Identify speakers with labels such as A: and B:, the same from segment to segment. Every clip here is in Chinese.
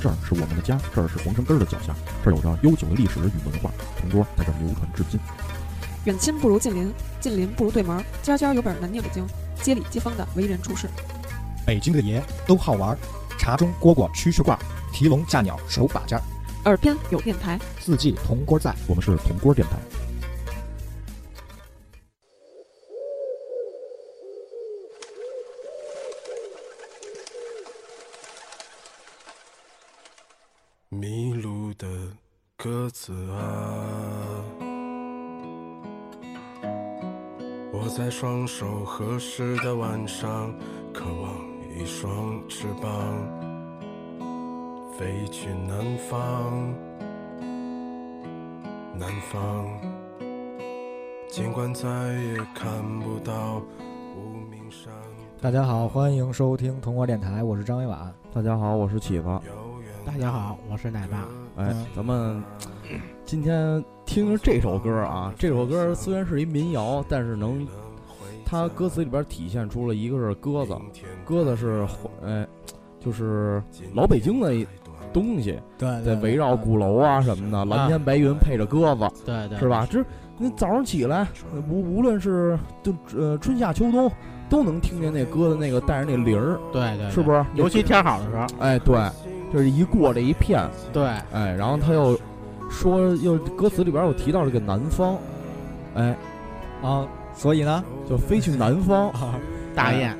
A: 这儿是我们的家，这儿是皇城根儿的脚下，这儿有着悠久的历史与文化，铜锅在这儿流传至今。
B: 远亲不如近邻，近邻不如对门儿，家家有本难念的经，街里街坊的为人处事。
C: 北京的爷都好玩儿，茶中蝈蝈蛐蛐挂，提笼架鸟手把件儿，
B: 耳边有电台，
C: 四季铜锅在。
A: 我们是铜锅电台。
D: 迷路的鸽子啊，我在双手合十的晚上，渴望一双翅膀，飞去南方，南方。尽管再也看不到无名山
E: 大家好，欢迎收听铜锅电台，我是张伟婉。
F: 大家好，我是启发。
D: 遥远。
G: 大家好，我是奶爸。呃
F: 哎
E: 嗯，
F: 咱们今天听听这首歌
G: 嗯
F: 啊，这首歌虽然是一民谣，但是能，它歌词里边体现出了一个是鸽子，鸽子是环哎，就是老北京的一东西，
E: 对
F: 在围绕鼓楼啊什么的，蓝天白云配着鸽子，
G: 对对，
F: 是？吧？这那早上起来，呃无无论是就呃春夏秋冬，都能听见那鸽子那个带着那铃儿，
G: 对对，
F: 是不是？
G: 尤其天好的时候，
F: 哎，对，就是一过这一片，
G: 对
F: 哎，然后他又说，又歌词里边有提到这个南方，哎，
E: 啊，所以呢，
F: 就飞去南方
E: 啊，
G: 大雁，，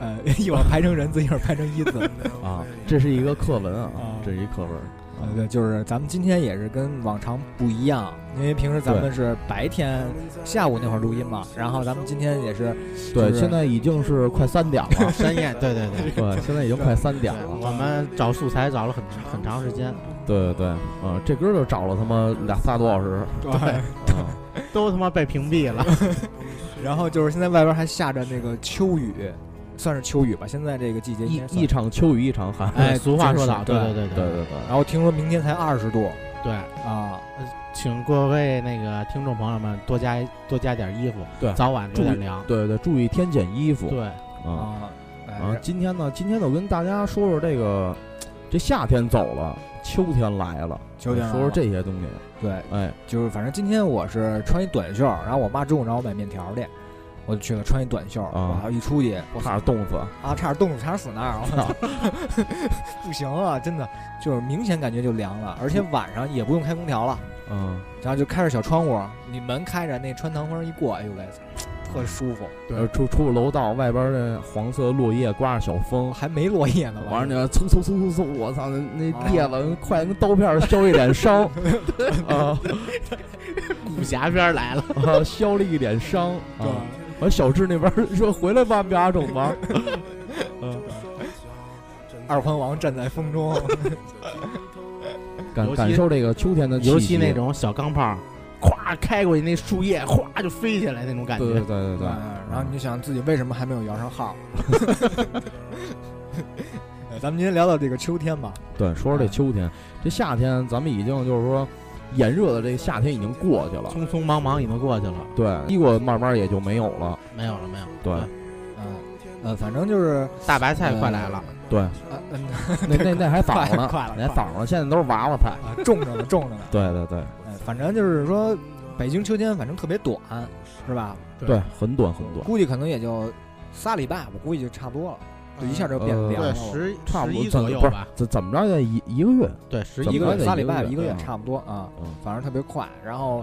E: 呃， 一会儿排成人字，一会儿排成一字。
F: 啊，这是一个课文啊
E: 啊，
F: 这是一课文，
E: 呃，对，就是咱们今天也是跟往常不一样，因为平时咱们是白天下午那会儿录音嘛，然后咱们今天也是
F: 对，
E: 就是
F: 现在已经是快三点了
G: 山雁，对对 对。
F: 对，现在已经快三点
G: 对
F: 了，
G: 我们找素材找了很很长时间，
F: 对对对，啊，这歌就找了他妈俩仨多小时，
E: 对，
F: 啊，
G: 都他妈被屏蔽了。
E: 然后就是现在外边还下着那个秋雨，算是秋雨吧，现在这个季节应
F: 一
E: 该算
F: 一场秋雨一场寒，
E: 哎
G: 俗话说得好，
E: 真
G: 对
E: 是
G: 对
F: 对
G: 对
F: 对
E: 然后听说明天才二十度
G: 对，
E: 啊，
G: 请各位那个听众朋友们多加多加点衣服，
F: 对
G: 早晚
F: 注
G: 有
F: 意
G: 点凉。
F: 对对对，注意添减衣服，
G: 对，
F: 啊
E: 啊，哎
F: 啊，今天呢，今天就跟大家说说这个，这夏天走了，秋天来了，
E: 秋天来了
F: 说说这些东西，
E: 对，
F: 哎，
E: 就是反正今天我是穿一短袖，然后我妈中午让我买面条去，我就去了穿一短袖，
F: 啊
E: 然后一出去，我
F: 怕是冻死。
E: 啊，差点冻死，差点死那儿，我操，不行了，真的就是明显感觉就凉了，而且晚上也不用开空调了，
F: 嗯，
E: 然后就开着小窗户，你门开着，那穿堂风一过，哎呦喂，特舒服，
F: 呃，出出了楼道，外边那黄色落叶刮着小风，
E: 还没落叶呢，
F: 完
E: 了
F: 了那蹭蹭蹭蹭蹭，我操，那
E: 啊
F: 那叶子快跟刀片儿削一脸伤，啊
G: 武侠片来了，
F: 啊，削了一脸伤
E: 对
F: 啊。完，小智那边儿说回来吧，表阿种吧，
E: 二环王站在风中，
F: 感
G: 尤其
F: 感受这个秋天的气息，
G: 尤其那种小钢炮，咵开过去那树叶，咵就飞起来那种感
F: 对对
G: 觉。
F: 对对对，
E: 嗯然后你就想自己为什么还没有摇 上号？呃咱们今天聊到这个秋天吧，嗯
F: 对，说说这秋天，这夏天咱们已经就是说炎热的这个夏天已经过去了，
G: 匆匆忙忙已经过去了，
F: 对，衣服慢慢也就没有 了，
G: 没有了，没有了。
F: 对
E: 嗯，呃，反正就是
G: 大白菜快来了，
F: 对，
E: 呃嗯
F: 那那那还早呢，
E: 快了
F: 那还早呢，现在都是娃娃菜，
E: 啊，种着呢，种着呢。
F: 对对对
E: 哎，反正就是说，北京秋天反正特别短，是吧？
F: 对，很短很短，
E: 估计可能也就仨礼拜，我估计就差不多了，就一下就变
F: 呃
E: 凉了。
G: 对，十
F: 差不
G: 十
F: 多
G: 一
F: 怎
G: 左右
F: 不是
G: 吧，
F: 怎怎么着也一一个月，
G: 对，十
F: 怎
G: 一
E: 一
F: 么
E: 个
F: 着
E: 月、
F: 得
E: 仨
F: 一
E: 礼
F: 个
E: 拜、
F: 月
E: 一个月
F: 嗯
E: 差不多啊，
F: 嗯，
E: 反正特别快。然后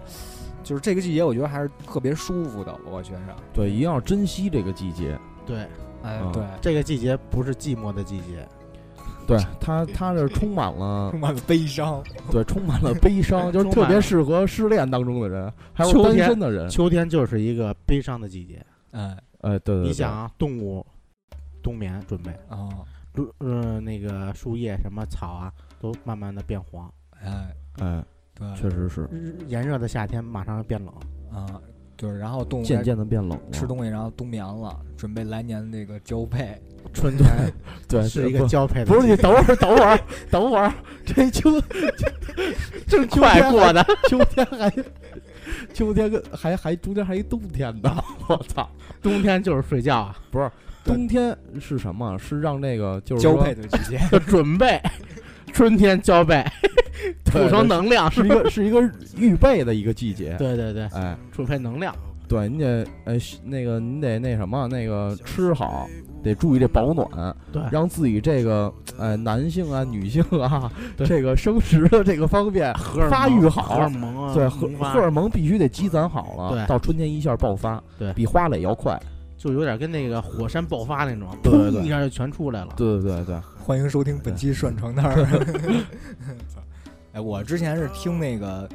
E: 就是这个季节，我觉得还是特别舒服的，我觉着。
F: 对，一定要珍惜这个季节，
G: 对，
E: 哎
F: 嗯，
E: 对，
G: 这个季节不是寂寞的季节，
F: 对它它是充满了
E: 充满了悲伤。
F: 对充满了悲伤，就是
G: 充
F: 特
G: 满
F: 别
G: 了
F: 适合失恋当中的人，还有
G: 秋
F: 单
G: 天
F: 身的人，
G: 秋天就是一个悲伤的季节。
E: 哎，
F: 哎对对对，
G: 你想啊，动物冬眠准备，
E: 哦，
G: 如呃那个树叶什么草啊，都慢慢的变黄。
E: 哎，
F: 哎
E: 对，
F: 确实是
G: 日炎热的夏天马上要变冷，
E: 啊，就是然后动物
F: 渐渐的变冷了，
E: 吃东西，然后冬眠了，准备来年那个交配。
G: 春天
F: 对
G: 是一
F: 不
G: 个交配的季节，
F: 不是你等会儿，等会儿，等会儿，这秋这秋天
G: 快
F: 还
G: 过的，
F: 秋天还秋天跟还还中间还一冬天呢，我操！
G: 冬天就是睡觉啊，
F: 冬天是什么？是让这个就是
E: 交
F: 说
E: 配的季节，
G: 就准备春天交配， 补充能量
F: 是一个是一个预备的一个季节。，
G: 对对对，
F: 哎，
G: 储备能量。
F: 对，你得呃是那个你得那什么，那个吃好，得注意这保暖，
G: 对
F: 让自己这个呃男性啊、女性啊，
G: 对
F: 这个生殖的这个方面
G: 荷尔蒙
F: 发育好
G: 荷尔蒙啊，
F: 对，荷
G: 萌发
F: 荷尔蒙必须得积攒好了，
G: 对
F: 到春天一下爆发，
G: 对
F: 比花蕾要快。
G: 就有点跟那个火山爆发那种，
F: 对对对
G: 砰一下就全出来了。
F: 对对对对，
E: 欢迎收听本期涮床单儿。 哎，我之前是听那个，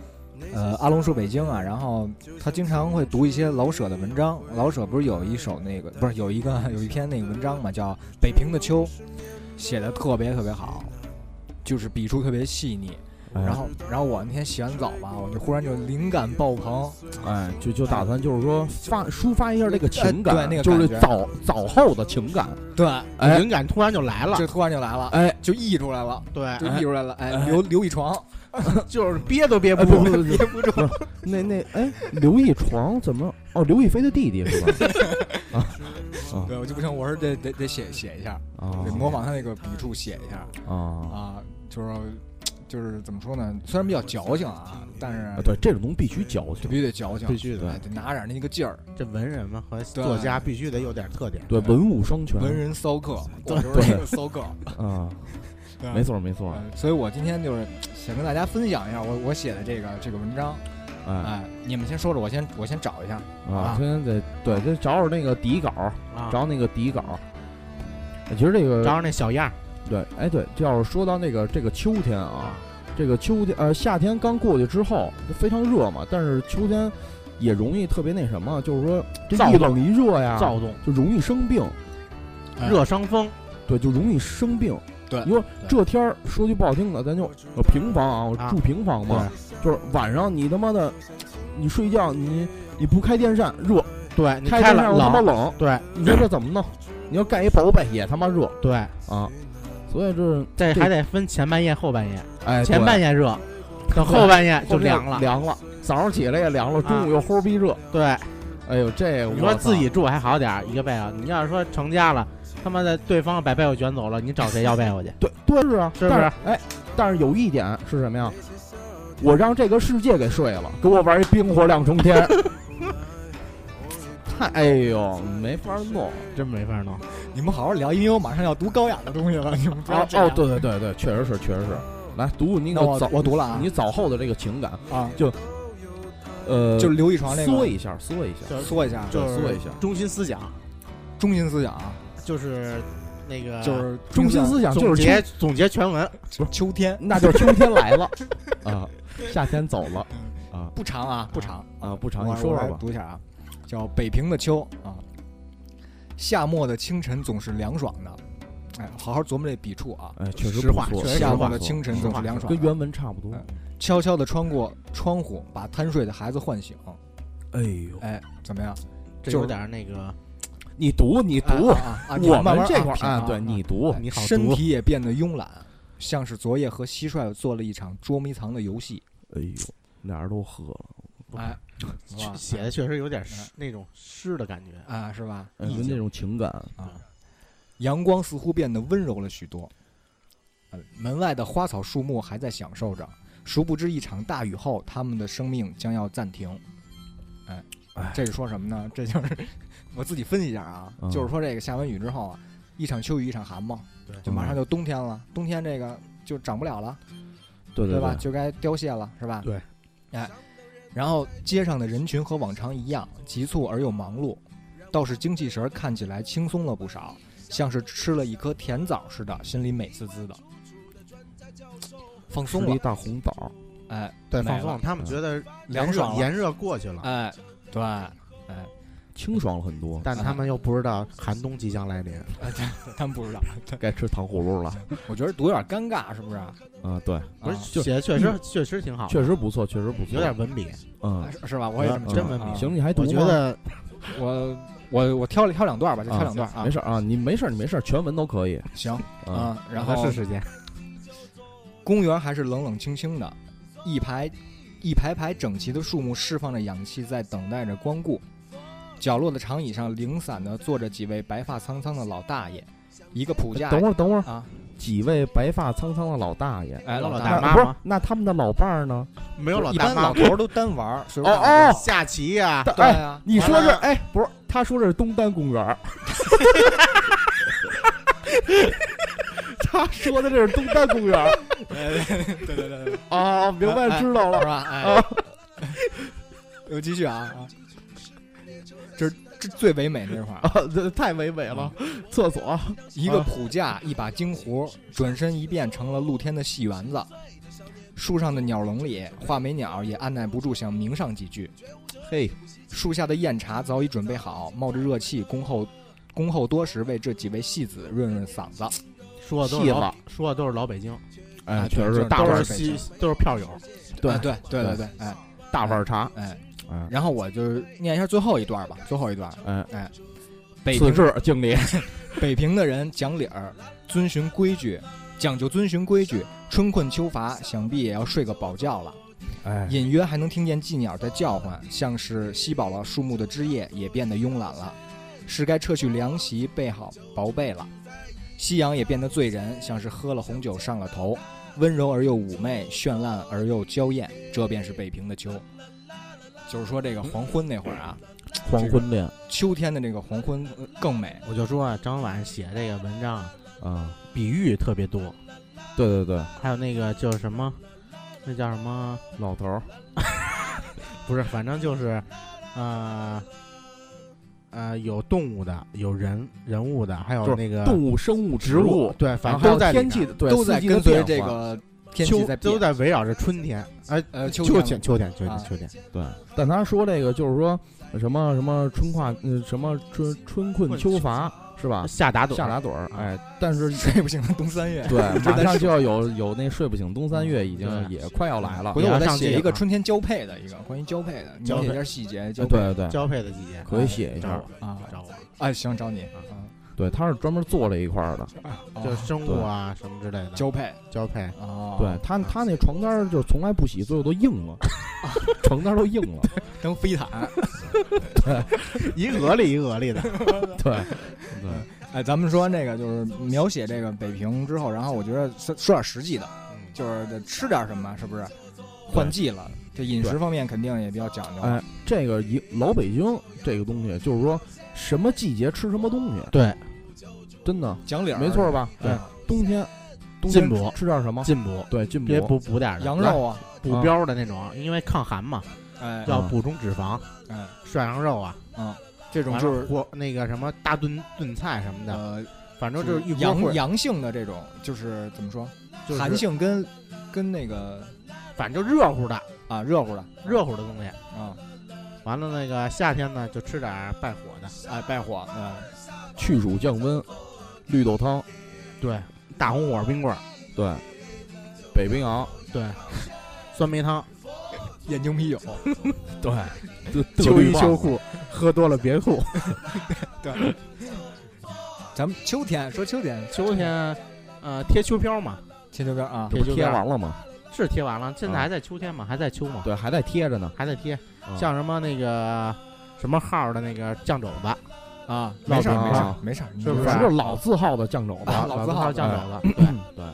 E: 呃，阿龙说北京啊，然后他经常会读一些老舍的文章。老舍不是有一首那个，不是有一个 有一篇那个文章嘛，叫《北平的秋》，写的特别特别好，就是笔触特别细腻。
F: 哎
E: 然后，然后我那天洗完澡吧，我就忽然就灵感爆棚，
F: 哎，就就打算就是说发抒发一下这个情感，
E: 哎对那个
F: 就是
E: 感觉
F: 早早后的情感。
E: 对，
F: 哎
G: 灵感突然就来了，
E: 就突然就来了，
F: 哎，
E: 就溢出来了，
G: 对，
E: 就溢出来了，哎，流流一床，
G: 就是憋都憋
F: 哎
G: 不
F: 不
G: 住
F: 不。不不不不，那那哎，刘亦床怎么？哦，刘亦菲的弟 弟是吧？啊
E: 对我就不行，我说得得得写写一下，
F: 啊啊！
E: 得模仿他那个笔触写一下
F: 啊
E: 啊，就是说就是怎么说呢？虽然比较矫情啊，但
F: 啊！
E: 是
F: 对，这种东西必须矫
E: 就
F: 情
E: 必，须得矫情，
G: 必须的
E: 哎得拿点那个劲儿，
G: 这文人嘛和作家必须得有点特点。
F: 对，文武双全，
E: 嗯文人骚客，
G: 对
E: 我就是那个骚客，
F: 啊，
E: 对吧
F: 没。错没错，
E: 呃所以我今天就是想跟大家分享一下我我写的这个这个文章，
F: 哎
E: 哎，你们先说说，我先我先找一下，
F: 啊
E: 啊，
F: 今天得对，得找找那个底稿，
G: 啊，
F: 找那个底稿。哎其实这个
G: 找那小样儿
F: 对，哎对，这要是说到那个这个秋天啊，
E: 嗯
F: 这个秋天呃夏天刚过去之后非常热嘛，但是秋天也容易特别那什么，就是说这
G: 躁
F: 一
G: 动
F: 冷一热呀，
G: 躁动，
F: 就容易生病，
E: 哎
G: 热伤风，
F: 对，就容易生病。
E: 对
F: 你说
E: 对
F: 这天儿说句不好听的，咱就呃平房啊，我
G: 啊
F: 住平房嘛，就是晚上你他妈的，你睡觉你你不开电扇热，
G: 对，你
F: 电
G: 开
F: 扇
G: 了
F: 又他妈
G: 冷，
F: 冷，
G: 对
F: 你说这怎么弄？你要盖一薄被也他妈热
G: 对，
F: 啊！所以这
G: 这
F: 这
G: 还得分前半夜后半夜，
F: 哎，
G: 前
F: 对
G: 半夜热，等后半夜就凉了。
F: 凉了，早上起来也凉了，中午又齁逼热，
G: 对，
F: 哎呦这
G: 你
F: 我
G: 说
F: 操
G: 自己住还好点儿，一个被子。你要是说成家了，他妈的对方把被子卷走了，你找谁要被子去？
F: 对对是啊，
G: 是不是
F: 但哎，但是有一点是什么呀？我让这个世界给睡了，给我玩一冰火两重 天，太哎呦没法弄。
G: 真没法弄。
E: 你们好好聊，因为我马上要读高雅的东西了，你们不要
F: 哦
E: 这样
F: 哦，对对对对，确实是确实是。来读你那
E: 那
F: 个
E: 我
F: 早，
E: 我读了啊
F: 你早后的这个情感，
E: 啊，
F: 呃，
E: 就是刘一床那
F: 缩
E: 个
F: 一下，缩一下，
E: 说一下，
G: 就
F: 对
G: 是
F: 缩一下。
G: 中心思想
E: 中心思想啊，
G: 就是那个
E: 就是
F: 中心思想就
G: 总
F: 是秋
G: 结总结全文，
E: 秋秋天嗯
F: 那就是秋天来了啊，夏天走了啊
E: 不长啊，不长
F: 啊，不长，
E: 我
F: 你说
E: 我来
F: 说吧。
E: 读一下啊，叫《北平的秋》啊。夏末的清晨总是凉爽的，哎，好好琢磨这笔触啊。
F: 哎，确实
E: 实
F: 不
E: 话
F: 错
E: 确
F: 实不
E: 实夏末
F: 错
E: 的清晨
F: 实
E: 总
F: 话
E: 是凉爽
F: 跟
E: 的
F: 原文差不多。
E: 嗯悄悄地穿过窗户，把贪睡的孩子唤醒。
F: 哎呦，
E: 哎，怎么样？
G: 这
E: 就是
G: 有点那个
F: 你读，你读，
E: 啊啊啊！你
F: 我
E: 慢
F: 们
E: 慢
F: 这块儿
E: 品
F: 啊，对你读啊
E: 哎，
G: 你好读
E: 身体也变得慵懒，像是昨夜和蟋蟀做了一场捉迷藏的游戏。
F: 哎呦，哪儿都喝了，
E: 哎，是吧
G: 写的确实有点诗那种诗的感觉。
E: 啊，是吧？
F: 哎
G: 意
F: 就
G: 境
F: 那种情感，
E: 阳光似乎变得温柔了许多。呃，门外的花草树木还在享受着，殊不知一场大雨后，他们的生命将要暂停。哎
F: 哎，
E: 这是说什么呢？ 这就是我自己分析一下啊，
F: 嗯
E: 就是说这个下完雨之后啊，一场秋雨一场寒嘛，
G: 对
E: 就马上就冬天了，冬天这个就长不了了，
F: 对对
E: 吧？就该凋谢了，是吧？
G: 对，
E: 哎，然后街上的人群和往常一样，急促而又忙碌，倒是精气神儿看起来轻松了不少，像是吃了一颗甜枣似的，心里美滋滋的，放
F: 吃
E: 松
F: 了一
E: 了，
F: 大红枣，
E: 哎，
G: 对，
E: 没
G: 放松
E: 了
G: 了，他们觉得炎
E: 凉
G: 热
E: 爽了
G: 嗯炎热过去了，啊
E: 哎，对，
F: 清爽了很多，
G: 但他们又不知道寒冬即将来临。
E: 他们不知道，对，
F: 该吃糖葫芦了
E: 我觉得读有点尴尬，是不是？
F: 啊！对，
G: 不是
E: 啊
F: 就
G: 写的确实确实挺好，
F: 确实不错，确实不错，
G: 有点文笔。
F: 嗯，
E: 是是吧？我也这么觉
F: 嗯
E: 得
G: 真文
E: 啊
G: 明
F: 行，你还读
G: 我
F: 吗
G: 觉得
E: 我我我挑了挑两段吧，就挑两段啊
F: 没，事儿啊，你没事儿，你没事儿，全文都可 以
E: 行
F: 啊。
E: 啊，然后
G: 是时间，
E: 公园还是冷冷清清的，一排一排排整齐的树木释放着氧气，在等待着光顾。角落的长椅上零散地坐着几位白发苍苍的老大爷，一个普架。
F: 等会儿，等会儿，
E: 啊，
F: 几位白发苍苍的老大爷，
E: 哎，
G: 老
E: 大
G: 大
F: 那
E: 妈，
G: 啊妈
F: 不是
G: 吗？
F: 那他们的老伴儿呢？
G: 没有老
E: 一
G: 大
E: 般
G: 妈
E: 老，头儿都单玩儿，随便
F: 哦
E: 干嘛
G: 下棋呀，
E: 对啊，
F: 你说
E: 完
F: 是
E: 了
F: 哎，不是，他说这是东单公园儿，他说的这是东单公园儿
E: 对对对对，
F: 啊，明白
E: 哎
F: 知道
E: 是
F: 了。
E: 吧？哎
F: 啊，
E: 我继续啊啊，这是这最唯美那块儿，
F: 啊，这太唯美了，厕所
E: 一个
F: 啊
E: 普架，一把金壶，转身一变成了露天的戏园子。树上的鸟笼里，画眉鸟也按耐不住想鸣上几句。
F: 嘿，
E: 树下的酽茶早已准备好，冒着热气，恭候恭候多时，为这几位戏子润润嗓子。
G: 说的都是老，说的都是老北京，
E: 啊
F: 哎，
E: 对
F: 确实
E: 就是是
F: 大
E: 都
F: 碗
E: 是
F: 儿
E: 北
G: 西
E: 京
G: 都是票友，
E: 哎对对对对，哎
F: 大碗儿茶，
E: 哎，
F: 哎
E: 然后我就是念一下最后一段吧，最后一段。
F: 哎，
E: 北
F: 此
E: 平
F: 致敬礼。
E: 北平的人讲理儿，遵循规矩，讲究遵循规矩。春困秋乏，想必也要睡个饱觉了。
F: 哎，
E: 隐约还能听见寄鸟在叫唤，像是吸饱了树木的枝叶，也变得慵懒了。是该撤去凉席，备好薄被了。夕阳也变得醉人，像是喝了红酒上了头，温柔而又妩媚，绚烂而又娇艳。这便是北平的秋。就是说，这个黄昏那会儿啊，
F: 黄昏恋
E: 秋天的这个黄昏呃更美。
G: 我就说啊，张婉写这个文章啊
F: 啊，
G: 比喻特别多，
F: 对对对，
G: 还有那个就是什么，那叫什么？
F: 老头儿，
G: 不是，反正就是，呃，呃，有动物的，有人人物的，还
F: 就
G: 有
F: 是
G: 那个
F: 动物、生物、哎植
G: 植
F: 物，
G: 对，反
F: 然
G: 正
F: 后
G: 都在里
F: 天
G: 面
F: 气的，对
E: 都在
F: 四季的
E: 跟随
F: 变
E: 这
F: 化
E: 个天气
G: 秋
E: 在变
G: 都在围绕着春天，哎，
E: 呃秋
G: 秋
E: 天
G: 天，秋天，秋
E: 啊
G: 天，秋天，
F: 对，但他说这个就是说什么什么春跨，呃，什么春春困秋乏是吧？
G: 夏打盹，
F: 夏打盹儿，哎，但是
E: 睡不醒的冬三月。
F: 对， 马
E: 真的
F: 上
E: 是
F: 就要有有那睡不醒东三月，已经
G: 对
F: 也快要来了哎
E: 回。头我
G: 也
E: 再
G: 要上
E: 写
G: 街
E: 一个
G: 啊
E: 春天交配的一个关于交配的，
G: 交
E: 描
G: 配
E: 写一下细节。交
F: 对对
E: 配
F: 对
G: 交配的季节，
F: 可以写一下
G: 找我，
E: 啊
G: 找我，
E: 啊，行，找你
G: 啊
F: 对，他是专门做这一块儿的。
E: 啊
G: 就生物啊什么之类的，
E: 交配
G: 交配，
E: 啊。
F: 对，他他那床单儿就是从来不洗，最后都硬了，床单儿都硬了。
E: 当 飞毯。
G: 一个里一个里的，
F: 对对，
E: 哎，咱们说那个就是描写这个北平之后，然后我觉得说说点实际的，
G: 嗯
E: 就是得吃点什么，是不是？换季了，这饮食
F: 对
E: 方面肯定也比较讲究。
F: 哎，这个一老北京这个东西，就是说什么季节吃什么东西，
G: 对，
F: 真的
E: 讲理儿
F: 没错？
G: 啊
F: 吧？
E: 对
F: 哎，冬天冬
G: 进
F: 天
G: 补
F: 吃点什么？
G: 进补，
F: 对，进
G: 别
F: 哦补
G: 补补点儿的
E: 羊
G: 来
E: 肉啊，
G: 补膘的那种，因为抗寒嘛，
E: 哎
G: 要
F: 嗯
G: 补充脂肪，
E: 哎，
G: 涮羊肉啊，
E: 嗯，这种
G: 完
E: 就
G: 了
E: 是
G: 或那个什么大炖炖菜什么的，
E: 呃，
G: 反正就是一锅
E: 阳
G: 烩，
E: 阳性的这种，就是怎么说，
G: 就是
E: 寒性跟跟那个
G: 反正就热乎的
E: 啊热乎的
G: 热乎的东西。
E: 啊
G: 完了那个夏天呢，就吃点儿败火的，
E: 哎败火嗯
F: 去暑降温，绿豆汤，
G: 对，大红火冰棍儿，
F: 对，北冰洋，
G: 对， 酸梅汤，
E: 眼 睛啤酒，
F: 对，
G: 秋衣秋裤，喝多了别吐。
E: 咱们秋天说秋天，
G: 秋天，呃，贴秋膘嘛，
E: 贴秋膘啊，
F: 这
G: 贴
F: 不
G: 秋
F: 贴
G: 膘
F: 完了吗？
G: 是贴完了，现在
F: 啊
G: 还在秋天嘛，还在秋嘛，
F: 对，还在贴着呢。
G: 还在贴。
E: 啊
F: 嗯
G: 像什么那个什么号儿的那个酱肘子，
E: 啊，没事儿
F: 烙饼
E: 没事
F: 啊
E: 儿没事儿，你
G: 是不
E: 就
F: 反
G: 是
F: 正老字号的酱肘子，
E: 啊老字号哎
G: 酱
F: 的
G: 肘子，对，
F: 对，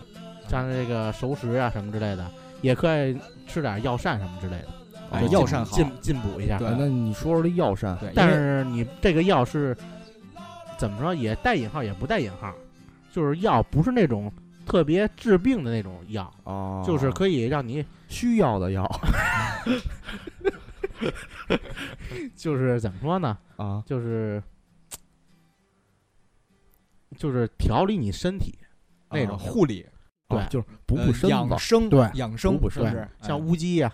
G: 像这个熟食啊什么之类的，也可以吃点药膳什么之类的，
E: 哎
F: 哦
E: 药膳好
G: 进进补一下。
E: 对
F: 哎那你说说这药膳，
E: 对，因为
G: 但是你这个药是怎么说，也带引号，也不带引号，就是药不是那种特别治病的那种药，
F: 哦
G: 就是可以让你
F: 需要的药
G: 就是怎么说呢，
F: 啊，
G: 就是就是调理你身体那种
E: 啊护理
G: 对
F: 哦就是补补
E: 呃
F: 身子
E: 养生
G: 对
E: 养生
F: 补补
E: 是不
F: 身
E: 是
F: 子
G: 像
E: 哎
G: 乌鸡呀、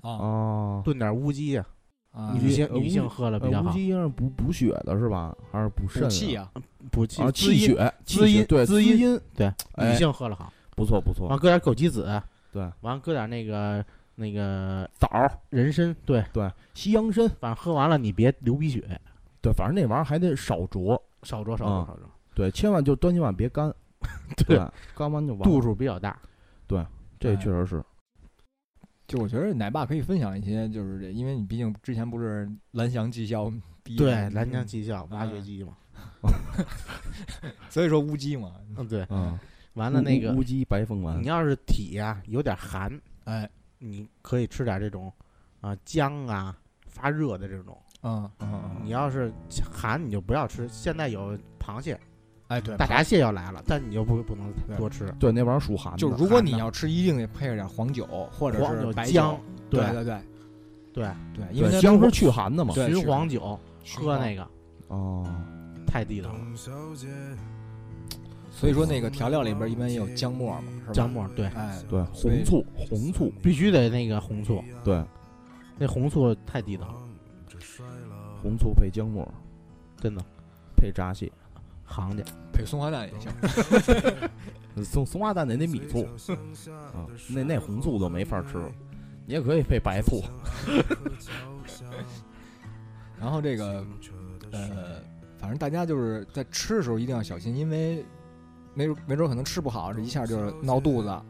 E: 啊
F: 哦。
G: 炖点乌鸡呀、
E: 啊
G: 女性
F: 呃乌
G: 女性喝了
F: 呃
G: 比较
F: 乌
G: 好，
F: 鸡应该是补补血的是吧？还是补肾
E: 补
F: 啊？
E: 气啊，
G: 补气
F: 啊，
G: 滋
F: 气
G: 阴
F: 血、
G: 滋
F: 气血
G: 阴
F: 对
G: 滋阴
F: 阴，啊
G: 对，
F: 哎
G: 女性喝了好，
F: 不错不错
G: 完。搁点枸杞子，
F: 对，
G: 完搁点那个那个枣人参，对，
F: 对，西洋参，
G: 反正喝完了你别流鼻血，
F: 对，反正那玩意儿还得少酌，
G: 少酌少
F: 啊
G: 酌少酌，
F: 对，千万就端起碗别干，
G: 对，
F: 干完就完了。
G: 度数比较大，
F: 这确实是，
E: 就我觉得奶爸可以分享一些，就是这，因为你毕竟之前不是蓝翔技校毕业，
G: 对，兰江技校挖
E: 嗯
G: 掘机嘛，
E: 所以说乌鸡嘛，
G: 嗯，对，
F: 啊，
G: 完了那个
F: 乌乌啊鸡白凤丸
G: 你，要是体呀、有点寒，
E: 哎，
G: 你可以吃点这种啊姜啊发热的这种。
E: 嗯嗯嗯，
F: 啊
G: 你要是寒，你就不要吃。现在有螃蟹、
E: 哎对，
G: 大闸蟹要来了，但你又不不能
E: 对
G: 多吃。
F: 对，那玩意儿属寒的，
E: 就是如果你要吃，一定得配点黄酒或者
G: 黄
E: 是
G: 酒、
E: 白
G: 姜
E: 酒，，
G: 对
E: 对对
G: 对，
E: 对，因为它
F: 对姜
E: 都
F: 是去寒的嘛，
E: 对
G: 寻
E: 是
G: 黄酒喝那个
F: 哦，
G: 太地道了。
E: 所以说那个调料里边一般也有姜末嘛，是吧？
G: 姜，末对，
E: 哎，
F: 对，
E: 所以
F: 红醋，红醋，
G: 必须得那个红醋，
F: 对，
G: 那红醋太地道了，
F: 红醋配姜末，
G: 真的
F: 配闸蟹，
G: 行家。
E: 配松花蛋也行。
F: 嗯松松花蛋得那米醋，啊，那那红醋就没法吃了，你也可以配白醋，
E: 然后这个，呃，反正大家就是在吃的时候一定要小心，因为没准没准可能吃不好，这一下就是闹肚子，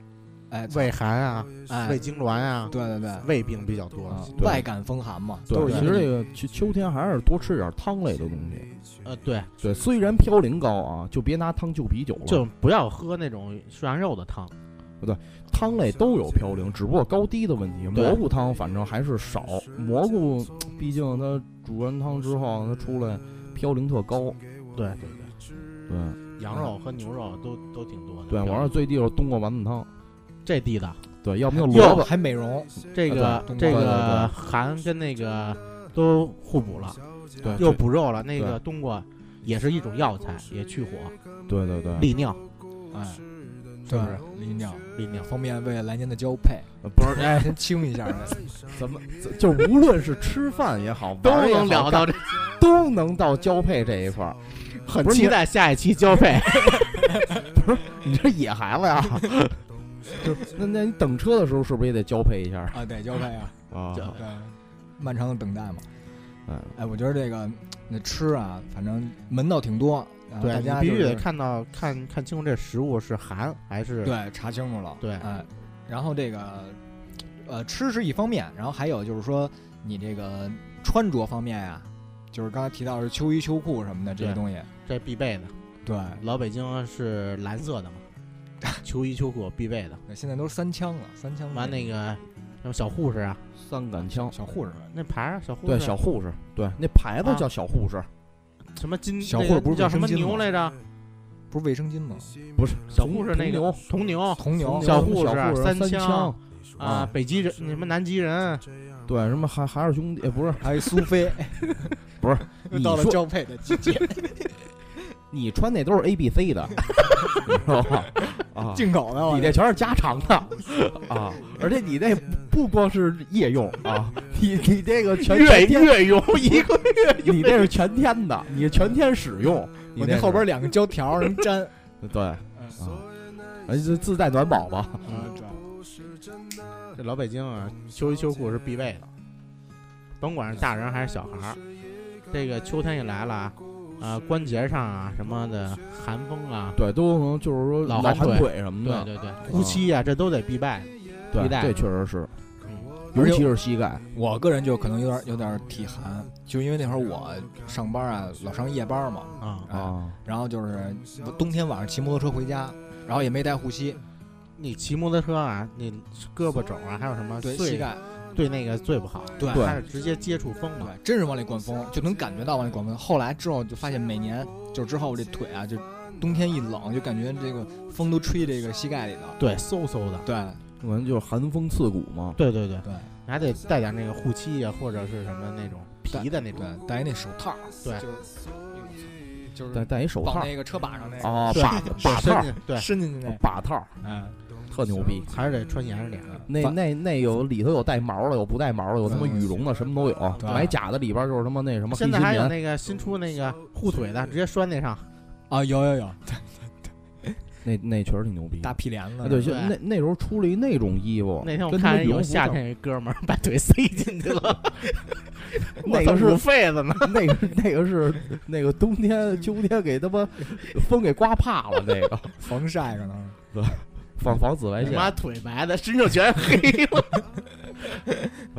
E: 哎，
G: 胃寒啊，
E: 哎
G: 胃痉挛啊，
E: 对对对，
G: 胃病比较多。
E: 啊
F: 对
E: 外感风寒嘛，
F: 对
E: 都，是
F: 其
E: 因
F: 实
E: 为
F: 这个秋秋天还是多吃点汤类的东西。
G: 呃，对，
F: 对，虽然嘌呤高啊，就别拿汤就啤酒了。
G: 就不要喝那种涮羊肉的汤。
F: 汤类都有嘌呤，只不过高低的问题。
G: 对
F: 蘑菇汤反正还是少，蘑菇毕竟它煮完汤之后，它出来嘌呤特高。
G: 对对对，
F: 对
G: 羊肉和牛肉都都挺多的。
F: 对，哎我
G: 要
F: 要最低就是冬瓜丸子汤。
G: 这地道，
F: 对， 要不就
E: 萝
F: 萝
E: 卜
F: 卜。
E: 还美容，
G: 这
F: 啊
G: 个
E: 对
G: 这
F: 对
G: 个
E: 冬瓜
F: 对对
G: 寒跟那个都互补了，
A: 啊
F: 对，
G: 又
F: 对
G: 补肉了。那个冬瓜也是一种药材，也去火、
F: 对对对，
G: 利尿，
E: 哎，
G: 是
E: 对
G: 不是，
E: 利尿
G: 利尿。
E: 方便为了来年的交配，
F: 呃不是
E: 哎，先清一下呗，
F: 怎么， 就无论是吃饭也好，玩哎儿也好
G: 到这，
F: 都能到交配这一块 儿，很
G: 不是
F: 期
G: 期
F: 待。
G: 待下一期交配。
F: 你这野孩子呀，就是那那你等车的时候是不是也得交配一下
E: 啊，对，交配 啊，
F: 啊
G: 交
E: 对，漫长的等待嘛。
F: 哎，
E: 哎，我觉得这个那吃啊，反正门道挺多，然后
G: 对，
E: 大
G: 你
E: 家
G: 必
E: 就
G: 须得
E: 是
G: 看到看看清楚这食物是寒还是
E: 对查清楚了，
G: 对
E: 哎，然后这个呃吃是一方面，然后还有就是说你这个穿着方面呀、就是刚才提到是秋衣秋裤什么的这些
G: 对
E: 东西，
G: 这必备的。
E: 对，
G: 老北京是蓝色的嘛，秋衣秋裤必备的。
E: 那现在都是三枪了，三枪
G: 完那个什么小护士啊，
F: 三杆枪。
E: 小护士，
G: 那牌儿啊小护士
F: 对，小护士，对，那牌子
G: 啊
F: 叫小护士，
G: 什么金
E: 小
G: 那
E: 护
G: 个
E: 士不是
G: 叫什
E: 卫生
G: 么
E: 巾
G: 牛
E: 吗
G: 来着？
E: 不是卫生巾吗？
F: 不是
G: 小护士那个
F: 牛。
G: 铜牛
E: 红牛
F: 铜
G: 小
F: 牛
G: 护士
F: 士啊
G: 三
F: 三
G: 枪
F: 枪，
G: 啊，北极人什么南极人，
F: 对，什么海海尔兄弟，哎不是，
E: 还有苏菲，
F: 不是
E: 又到了
F: 你说
E: 交配的季节，
F: 你穿那都是 A B C 的，你知道吗？啊，
E: 进口 的，
F: 你这全是加长的啊，而且你那不光是夜用啊，你你这个全全天，
G: 月用一个
F: 你这是全天的，你是全天使用，你
E: 我
F: 那
E: 那
F: 是
E: 后边两个胶条能粘，
F: 对啊，而且自带暖宝宝，
E: 啊对。
G: 嗯这老北京啊，秋衣秋裤是必备的，甭管是大人还是小孩儿。这个秋天一来了啊，啊，关节上啊什么的寒风啊，
F: 对，都可能就是说
G: 老
F: 老
G: 寒
F: 寒
G: 腿
F: 腿什么
G: 对
F: 的，
G: 对对，呼吸啊，这都得必备。
F: 对
G: 皮带
F: 这确实是，
G: 嗯，
F: 尤其是膝盖，
E: 我个人就可能有点有点体寒，就因为那会儿我上班啊，老上夜班嘛，
G: 啊，
E: 哎
F: 啊，
E: 然后就是冬天晚上骑摩托车回家，然后也没带护膝，
G: 你骑摩托车啊，你胳膊肘啊，还有什么
E: 对
G: 最
E: 膝盖，
G: 对那个最不好，
E: 对
G: 它是直接接触风
E: 对
G: 嘛。，
E: 真是往里灌风，就能感觉到往里灌风。后来之后就发现，每年就之后这腿啊，就冬天一冷，就感觉这个风都吹这个膝盖里头。
G: 对，嗖嗖的。
E: 对
F: 可能就是寒风刺骨嘛，
G: 对对对，
E: 对
G: 你还得带点那个护膝呀，或者是什么那种皮的那种。
E: 对，戴一那手套，
G: 对
E: 就是哎呦我操就
F: 戴
E: 是
F: 戴一手
E: 往
F: 套
E: 那个车把上那个
F: 啊，
G: 对
F: 把把
G: 伸
F: 套
G: 进，对，
E: 伸进去那个，
F: 把套，
E: 嗯，
F: 特牛逼。
G: 还是得穿严实点。
F: 那那那有里头有带毛的，有不带毛的，有他妈羽绒的，什么都有。
E: 对
F: 买假的里边就是他妈那什么黑
G: 现
F: 心
G: 在还有
F: 棉，
G: 那个新出那个护腿的，直接拴那上。
E: 啊，有有有，
F: 那那确实挺牛逼。
E: 大屁帘
F: 啊
E: 子，
F: 对，
G: 对
F: 现那那时候出了一那种衣服，
G: 那天我
F: 哦跟他妈
G: 看
F: 羽
G: 有
F: 绒服
G: 夏
F: 上
G: 天有一哥们儿把腿塞进去了，
F: 那个是
G: 我操五痱子呢。
F: 那个那个是那个冬天秋天给他妈风给刮怕了，那个
E: 防晒可能。
F: 防防紫外
G: 你
F: 线
G: 妈腿白的，身上全黑了。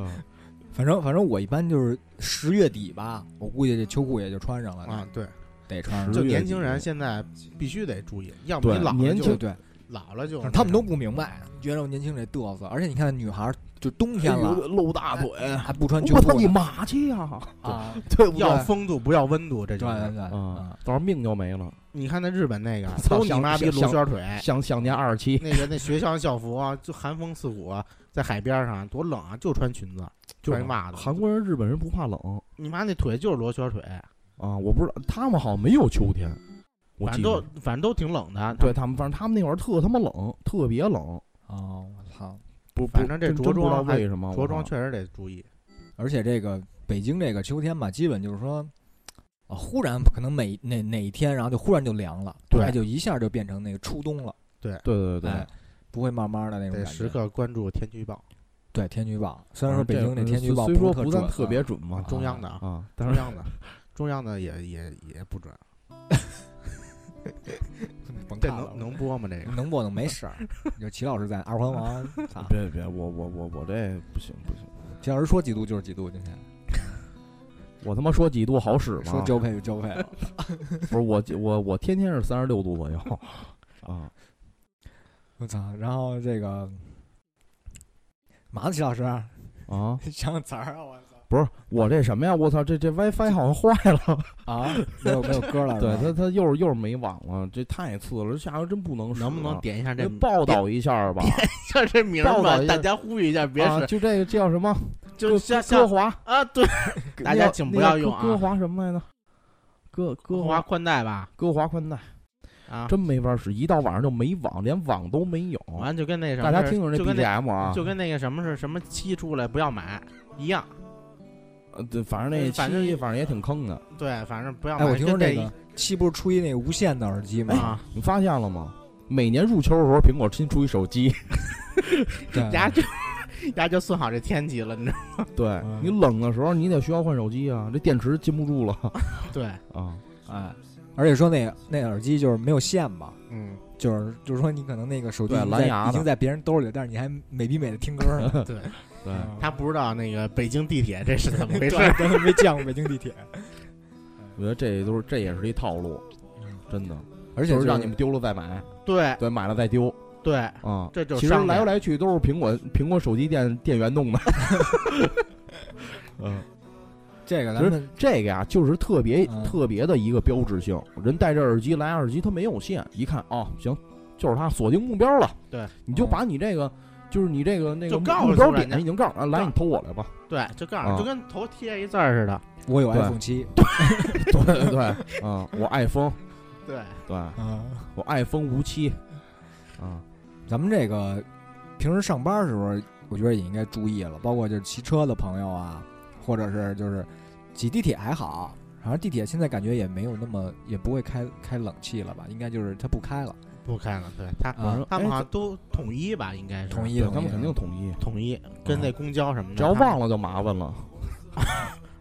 F: 啊，
E: 反正反正我一般就是十月底吧，我估计这秋裤也就穿上了。
G: 啊，对，
E: 得穿上
G: 就
F: 十月
G: 年
F: 底
G: 轻人现在必须得注意，要不
F: 对
G: 你老了
E: 年轻
G: 就
E: 对，
G: 老了就
E: 但是他们都不明白，啊觉得年轻人得嘚瑟，而且你看女孩儿就冬天
F: 哎
E: 了
F: 呦露大腿，
E: 还不穿秋
F: 我操
E: 裤
F: 你
E: 呢
F: 妈去呀！
E: 啊，
F: 对不对？
G: 要风度不要温度，这
E: 对
G: 就
E: 对
G: 是。
E: 对
F: 啊
E: 啊，，
F: 到时候命就没了。
G: 你看那日本那个，
F: 操
G: 都你
F: 想
G: 妈逼
F: 想
G: 龙卷腿，
F: 想想年二十七，
G: 那个那学校校服啊，就寒风刺骨，啊，在海边上多冷啊，就穿裙子，
F: 就
G: 穿袜子。
F: 韩国人、日本人不怕冷
G: 你妈那腿就是螺旋腿，
F: 啊！我不知道他们好像没有秋天，我
G: 反
F: 记
G: 正
F: 得
G: 都。反正都挺冷的。
F: 对他们，反正他们那会儿特他妈冷，特别冷。
E: 哦，我操！
F: 不，不
G: 反正这
F: 真
G: 着
F: 真不知道
G: 装还
F: 为什么
G: 着装
F: 确
G: 确实得注意。
E: 而且这个北京这个秋天吧，基本就是说，啊，忽然可能每哪哪一天，然后就忽然就凉了，
G: 对
E: 哎就一下就变成那个初冬了，
F: 对对对
E: 哎，不会慢慢的那种
G: 得
E: 感
G: 时
E: 觉。
G: 刻关注天气预报，
E: 对天气预报，虽然说北京
F: 这
E: 这天气预报
F: 啊呃虽说
E: 不
F: 不
E: 是
F: 算特
E: 特
F: 别
E: 准
F: 准嘛，
G: 中央的
F: 啊
G: 啊，
F: 啊，但
G: 中
F: 是
G: 央的，中央的也也也不准。
E: 啊， 甭
G: 这
E: 看了
G: 能能播吗？这个
E: 啊能不能没事儿？就齐老师在二环王， 操
F: 别别，我我我我这不行不行，
E: 齐老师说几度就是几度，今天
F: 我他妈说几度好使吗？
E: 说交配就交配了。
F: 不是我我我天天是三十六度左右啊，
E: 我操！然后这个麻子齐老师
F: 啊，
E: 想词儿啊，我操
F: 不是我这什么呀？我操，这这 WiFi 好像坏了，
E: 啊！没有没有歌 了，
F: 对
E: 是吧
F: 它它又是又是没网了，这太次了，这下回真不能使
G: 能不能
F: 了
G: 点一下这
F: 这报道一下吧？
G: 像这名
F: 报
G: 儿
F: 道
G: 吧
F: 一？下
G: 大家呼吁一下，别
F: 啊，
G: 使，
F: 就这个叫什么？
G: 就
F: 歌
G: 像
F: 歌
G: 像
F: 华，
G: 啊， 对，大家
F: 那个
G: 请
F: 那
G: 不
F: 个
G: 要
F: 歌
G: 用啊
F: 歌华什么来着？歌歌
G: 中
F: 华
G: 华宽带吧
F: 歌华宽带
G: 啊，
F: 真没法使，一到晚上就没网，连网都没有。
G: 完就跟那什么
F: 大
G: 似
F: 家
G: 的，
F: 听听这
G: 就跟那
F: BGM 啊，
G: 就跟那个什么是什么七出来不要买一样，
F: 呃对，反正那
G: 反正
F: 期反正也挺坑的。
G: 对，反正不要
E: 哎，
G: 买。
E: 我听说
G: 跟这
E: 那个嗯七不是出一那个无线的耳机
G: 一
E: 吗？
G: 啊，
F: 你发现了吗？每年入秋的时候，苹果新出一手机，
E: 对
G: 牙就牙就算好这天气了，你知道吗？
F: 对你冷的时候，你得需要换手机啊，这电池禁不住了
G: 对，
F: 啊。
E: 哎，而且说那那耳机就是没有线嘛，
G: 嗯，
E: 就是就是说你可能那个手机
F: 对
E: 已经
F: 蓝
E: 在
F: 牙
E: 已经
F: 的
E: 在别人兜里了，但是你还美逼美的听歌呢。
G: 对
F: 对，
G: 他不知道那个北京地铁这是怎 么回
E: 嗯对，
G: 事。
E: 咱们没见过北京地铁，
F: 我觉得这都是这也是一套路，真的，
E: 而且
F: 就
E: 就是是
F: 让你们丢了再买，
G: 对
F: 对，买了再丢
G: 对，
F: 啊。
G: 这就是
F: 其实
G: 商
F: 来
G: 业
F: 来去都是苹果苹果手机店店员 弄的。 嗯，
E: 这个
F: 其
E: 咱
F: 实
E: 们
F: 这个呀，就是特别、
E: 嗯
F: 特别的一个标志性。人戴着耳机，蓝牙耳机，它没有线，一看哦，行，就是它锁定目标了。
G: 对，
F: 你就
E: 嗯
F: 把你这个，就是你这个那个
G: 就告诉
F: 目标
G: 人家
F: 点已经告诉啊，来，
G: 告
F: 你偷我来 吧。
G: 对，就告
F: 啊
E: 哦
G: 诉就跟头贴一字儿似的。
E: 我有
F: 对
E: iPhone 七，
F: 对对对，嗯，我爱疯，
E: 嗯
G: 对，
F: 对
E: 啊，
F: 我爱疯无期，啊，
E: 咱们这个平时上班的时候，我觉得也应该注意了，包括就是骑车的朋友啊，或者是就是挤地铁还好，反正地铁现在感觉也没有那么也不会开开冷气了吧，应该就是它不开了，
G: 不开了，对他
E: 啊
G: 他们好
F: 哎
G: 像都统一吧，应该是
E: 统一
F: 对
E: 嗯统一啊
F: 他们肯定统一，
G: 统一，跟那公交什么的，
F: 只要
G: 他们
F: 忘了就麻烦了。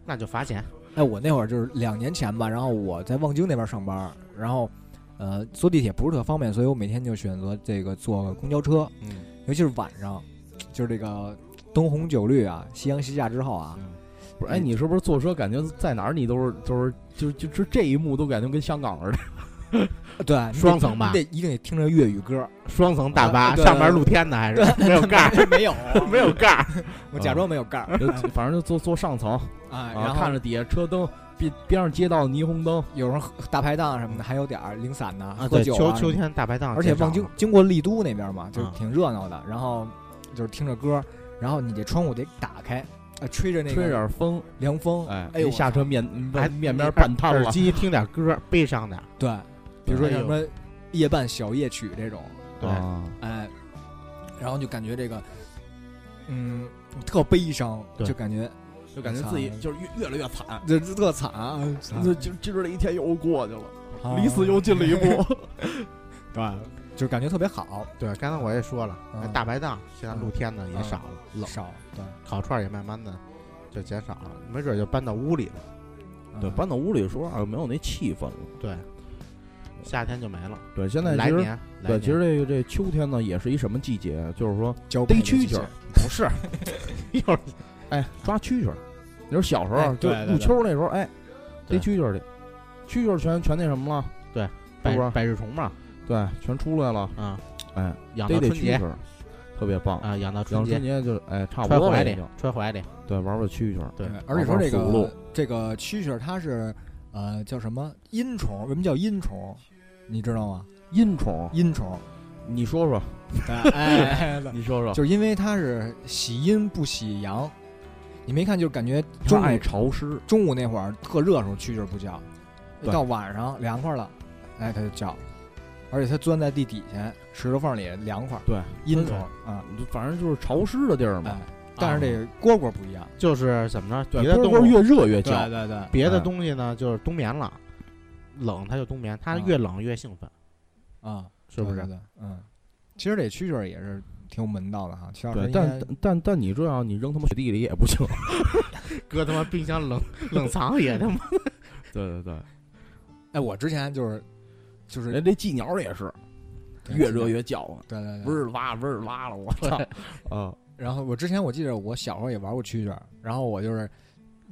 G: 那就罚钱。
E: 哎，我那会儿就是两年前吧，然后我在望京那边上班，然后，呃，坐地铁不是特方便，所以我每天就选择这个坐公交车，
G: 嗯，
E: 尤其是晚上，就是这个灯红酒绿啊，夕阳西下之后啊，
G: 嗯
F: 不是，哎，你是不是坐车感觉在哪儿你都是都是就就就这一幕都感觉跟香港似的？嗯
E: 对，你得
G: 双层吧
E: 你得一定得听着粤语歌，
G: 双层大巴、
E: 啊对
G: 上面露天的还是没有盖儿，
E: 没有，
G: 没有盖儿。
E: 我假装没有盖 儿
F: 就反正就坐坐上层，
E: 啊，
F: 哎然
E: 然
F: 后看
E: 后
F: 着底下车灯，边边上街道霓虹灯，
E: 有人喝大排档什么的，还有点儿零散 的
G: 啊，
E: 喝
G: 对，
E: 酒
G: 秋
E: 啊
G: 秋天大排档，
E: 而且望京，经过丽都那边嘛，就是
G: 啊
E: 挺热闹的，然后就是听着歌，然后你这窗户得打开，啊，吹着那
F: 吹着
E: 个
F: 点风，
E: 凉风，
F: 哎，
E: 哎呦
F: 一下车面
G: 还
F: 面面边半瘫
G: 耳
F: 了，
G: 机听点歌，悲伤点。
E: 对，比如说像
G: 哎
E: 什
G: 呦
E: 么夜半小夜曲这种，
G: 对，
F: 啊，
E: 哎，然后就感觉这个，嗯，特悲伤，
G: 对
E: 就感觉
F: 就感觉自己就是越越来越惨，
E: 这这特惨啊，惨
F: 就就今儿这一天又过去了，
E: 啊
F: 离死又近了一 步。
E: 对， 就是感觉特别好，
G: 对，刚才我也说了，那
E: 嗯
G: 大排档现在露天的也少了，冷
E: 少对，
G: 烤串也慢慢的就减少了，没准就搬到屋里了。
F: 对，搬到屋里说啊，没有那气氛了。
G: 对，夏天就没了。
F: 对，现在
G: 来
F: 其实
G: 年，来
F: 对，
G: 年
F: 其实这个这秋天呢，也是一什么季节？啊就是说
E: 交
F: 逮
E: 配
F: 蛐
E: 的季
F: 蛐
E: 节
F: 儿，不是，一会儿，哎，抓蛐蛐儿。你说小时候
E: 哎
F: 就
E: 对对
F: 入
E: 对
F: 秋那时候，哎，逮
G: 对
F: 蛐蛐儿去，蛐蛐儿全全那什么了，
G: 对，
F: 是
G: 百
F: 不是？
G: 百日虫嘛，
F: 对，全出来了，
G: 啊
F: 哎，
G: 养
F: 逮
G: 到
F: 逮
G: 春
F: 蛐
G: 节
F: 蛐儿，特别棒。
G: 啊，养到
F: 养
G: 春
F: 春
G: 节，
F: 节就哎，差不
G: 揣
F: 多
G: 怀
F: 了
G: 里
F: 也就，
G: 揣怀里，
F: 对，玩玩蛐蛐儿，
G: 对
E: 对，哎而且说这
F: 玩玩葫芦
E: 个这个蛐蛐儿它是呃叫什么阴虫？为什么叫阴虫？你知道吗？
F: 阴虫，
E: 阴虫，
F: 你说说，
E: 哎哎，哎
F: 你说说，
E: 就是因为它是喜阴不喜阳。你没看，就感觉中
F: 它爱
E: 午
F: 潮湿，
E: 中午那会儿特热的时候，蛐蛐儿不叫，
F: 对
E: 到晚上凉快了，哎，它就叫，而且它钻在地底下石头缝里凉快，
F: 对，
E: 阴
F: 对
E: 虫啊，
F: 就反正就是潮湿的地儿嘛
E: 哎。，但是这个蝈蝈不一样，
G: 就是怎么着，
F: 对，
G: 别的
F: 蝈
G: 动
F: 蝈
G: 物
F: 越热越
E: 对
F: 叫，
E: 对对，
G: 别的
F: 哎
G: 东西呢，就是冬眠了，冷它就冬眠，它
E: 啊
G: 越冷越兴奋，
E: 啊，
G: 是不
E: 对
G: 是？
E: 对对嗯，其实这蛐蛐儿也是挺有门道的哈，蛐蛐儿
F: 对，
E: 应
F: 但
E: 该
F: 但但但你这样，你扔他妈雪地里也不 行。
G: 搁他妈冰箱冷冷藏也他妈
F: 对对对，
E: 哎，我之前就是就 是
F: 人这寄鸟也是
E: 对
F: 哎越热越叫啊，
E: 对对对，
F: 嗡儿哇嗡儿哇了，我操啊！
E: 然后我之前我记得我小时候也玩过蛐蛐儿，然后我就是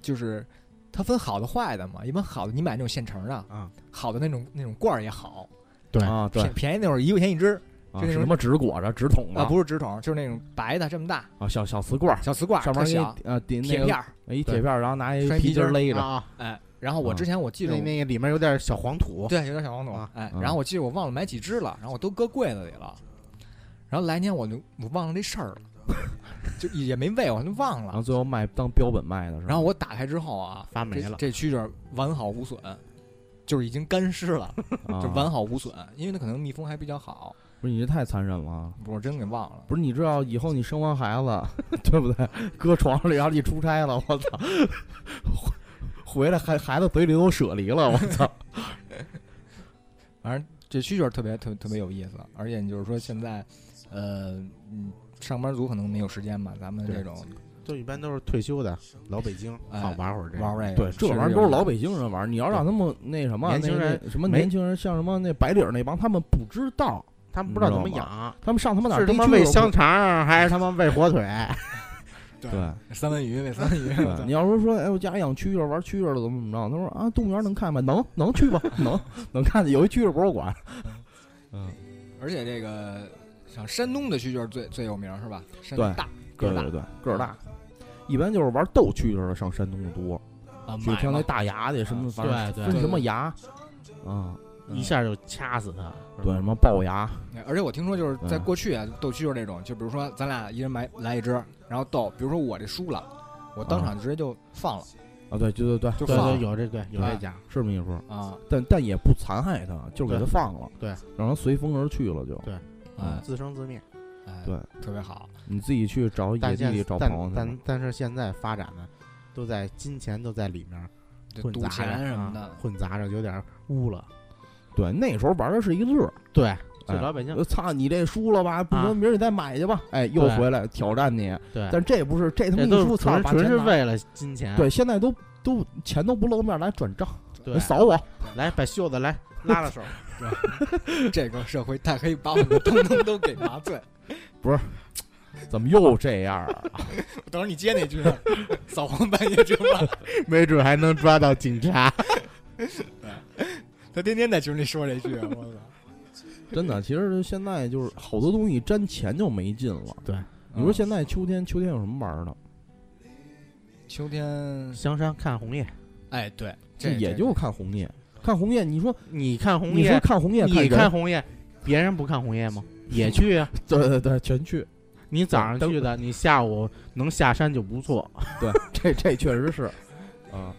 E: 就是它分好的坏的嘛，一般好的你买那种现成的，
G: 啊，
E: 好的那种那种罐儿也好，
G: 对
F: 啊，对
E: 便便宜那会儿一块钱一只
F: 啊，
E: 这
F: 是
E: 种
F: 什么纸裹着纸筒子
E: 啊，不是纸筒，就是那种白的这么大
F: 啊，小小瓷罐儿，
E: 小瓷罐儿，
F: 上面
E: 特
F: 一
E: 小
F: 啊顶那
E: 铁
F: 个
E: 片儿，
F: 哎一
G: 对
F: 铁片儿，然后拿一
E: 拴
F: 皮
E: 皮
F: 筋儿
E: 筋儿
F: 勒着，
G: 啊，
E: 哎，然后我之前我记得
G: 那
E: 我
G: 那个里面有点小黄土，
E: 对，有点小黄土
G: 啊，
E: 哎，
F: 嗯
E: 然后我记得我忘了买几只了，然后我都搁柜子里了，然后来年我就我忘了这事儿了， 就也没喂，我就忘
F: 然后
E: 了。
F: 最后卖当标本卖的是吧。
E: 然后我打开之后啊，
G: 发霉
E: 这
G: 了
E: 这蛐蛐儿完好无损，就是已经干尸 了，
F: 啊
E: 就完好无损，因为它可能蜜蜂还比较好，
F: 不是你这太残忍 了。啊
E: 我真给忘了。
F: 不是你知道以后你生完孩子， 对不对？搁床上，然后你出差了，我操！回回来孩孩子嘴里都舍离了，我 操！
E: 反正这蛐蛐儿特别特别特别有意思，而且你就是说现在，呃，嗯，上班族可能没有时间吧，咱们
G: 对
E: 这种
G: 就一般都是退休的老北京，
E: 哎
G: 好玩会儿这个。
E: 玩玩这
F: 对，
E: 个，
F: 这玩意儿都是老北京人玩儿。你要让他们那什么
G: 年轻
F: 那
G: 人
F: 那什么
G: 没
F: 年轻人，像什么那白领儿那帮，他们不知道，
G: 他们不
F: 你
G: 知
F: 知道
G: 道怎么
F: 吗
G: 养，啊
F: 他们上他妈哪
G: 是
F: 儿
G: 他
F: 逮
G: 妈
F: 蛐
G: 喂
F: 儿
G: 香肠儿还是他妈喂火腿？
F: 不
E: 对
F: 对。
E: 三文鱼，喂三文鱼，
F: 对，你要说说，哎，我家养蛐蛐儿，玩蛐蛐儿了，怎么怎么着？他说啊，动物园能看吗？ 能，能去吧，能，能看见。有一蛐蛐儿博物馆，
E: 而且这个像山东的蛐蛐儿最最有名儿是吧？山东
F: 对
E: 大
F: 对
E: 个儿大
F: 对对，个儿大。一般就是玩斗蛐蛐儿的上山东的多，
E: 啊，
F: 就
E: 买
F: 像那
E: 嘛
F: 大牙的什么，反正
G: 对
E: 对
F: 分什么牙，啊，
G: 一下就掐死他。是
F: 对，
G: 吧
F: 什么龅牙，
E: 而且我听说就是在
F: 嗯
E: 过去啊，斗蛐蛐儿这种，就比如说咱俩一人买来一只，然后斗，比如说我这输了，我当
G: 嗯
E: 场直接就放了
F: 啊，对，对对对，
E: 就
G: 对
E: 放
G: 对，
E: 了
G: 有这对有
E: 对
G: 这家，
F: 是这么一说。
E: 啊，
F: 但但也不残害它，就给它
G: 对
F: 放了，
G: 对，
F: 让它随风而去了就。
G: 对啊
E: 哎
G: 自生自灭。
E: 哎，
F: 对，
E: 特别好，
F: 你自己去找野
G: 但
F: 地
G: 现
F: 里找
G: 但
F: 朋友去吧
G: 但但是现在发展呢，都在金钱都在里面
E: 就
G: 混
E: 赌
G: 杂
E: 钱
G: 着
E: 什么
G: 啊
E: 的，
G: 混杂着有点污了。
F: 对，那时候玩的是一乐儿，
G: 对，就
F: 哎
G: 老百姓
F: 呃操你这输了吧，不行，明儿你再买去吧。哎，又
G: 啊对
F: 回来挑战你，
G: 对，
F: 但这不是这他妈
G: 这
F: 一
G: 都
F: 输，
G: 是
F: 操，
G: 纯
F: 把
G: 纯
F: 钱
G: 是
F: 拿
G: 为了金钱。
F: 对，现在都都钱都不露面来转账，
G: 对
F: 来，扫 我，
G: 来把袖子来拉拉手。
E: 这个社会太黑，把我们通通都 给麻醉。
F: 怎么 又这样啊？
E: 等会儿你接那句 呢，扫黄半夜军吧，
G: 没准还能抓到警察。
E: 他天天在群里说这句，啊我操！
F: 真的，其实现在就是好多东西沾钱就没劲了。
G: 对，
F: 你说现在秋天，秋天有什么玩儿的？
E: 秋天，
G: 香山看红叶，
E: 哎，对，
F: 这
E: 这
F: 也就看红叶，看红叶。你说
G: 你看红
F: 你说
G: 叶，
F: 看红叶，
G: 你
F: 看人
G: 看红叶，别人不看红叶吗？也去啊！
F: 对对对，全去。
G: 你早上去的，你下午能下山就不错。
F: 对，这这确实是，啊，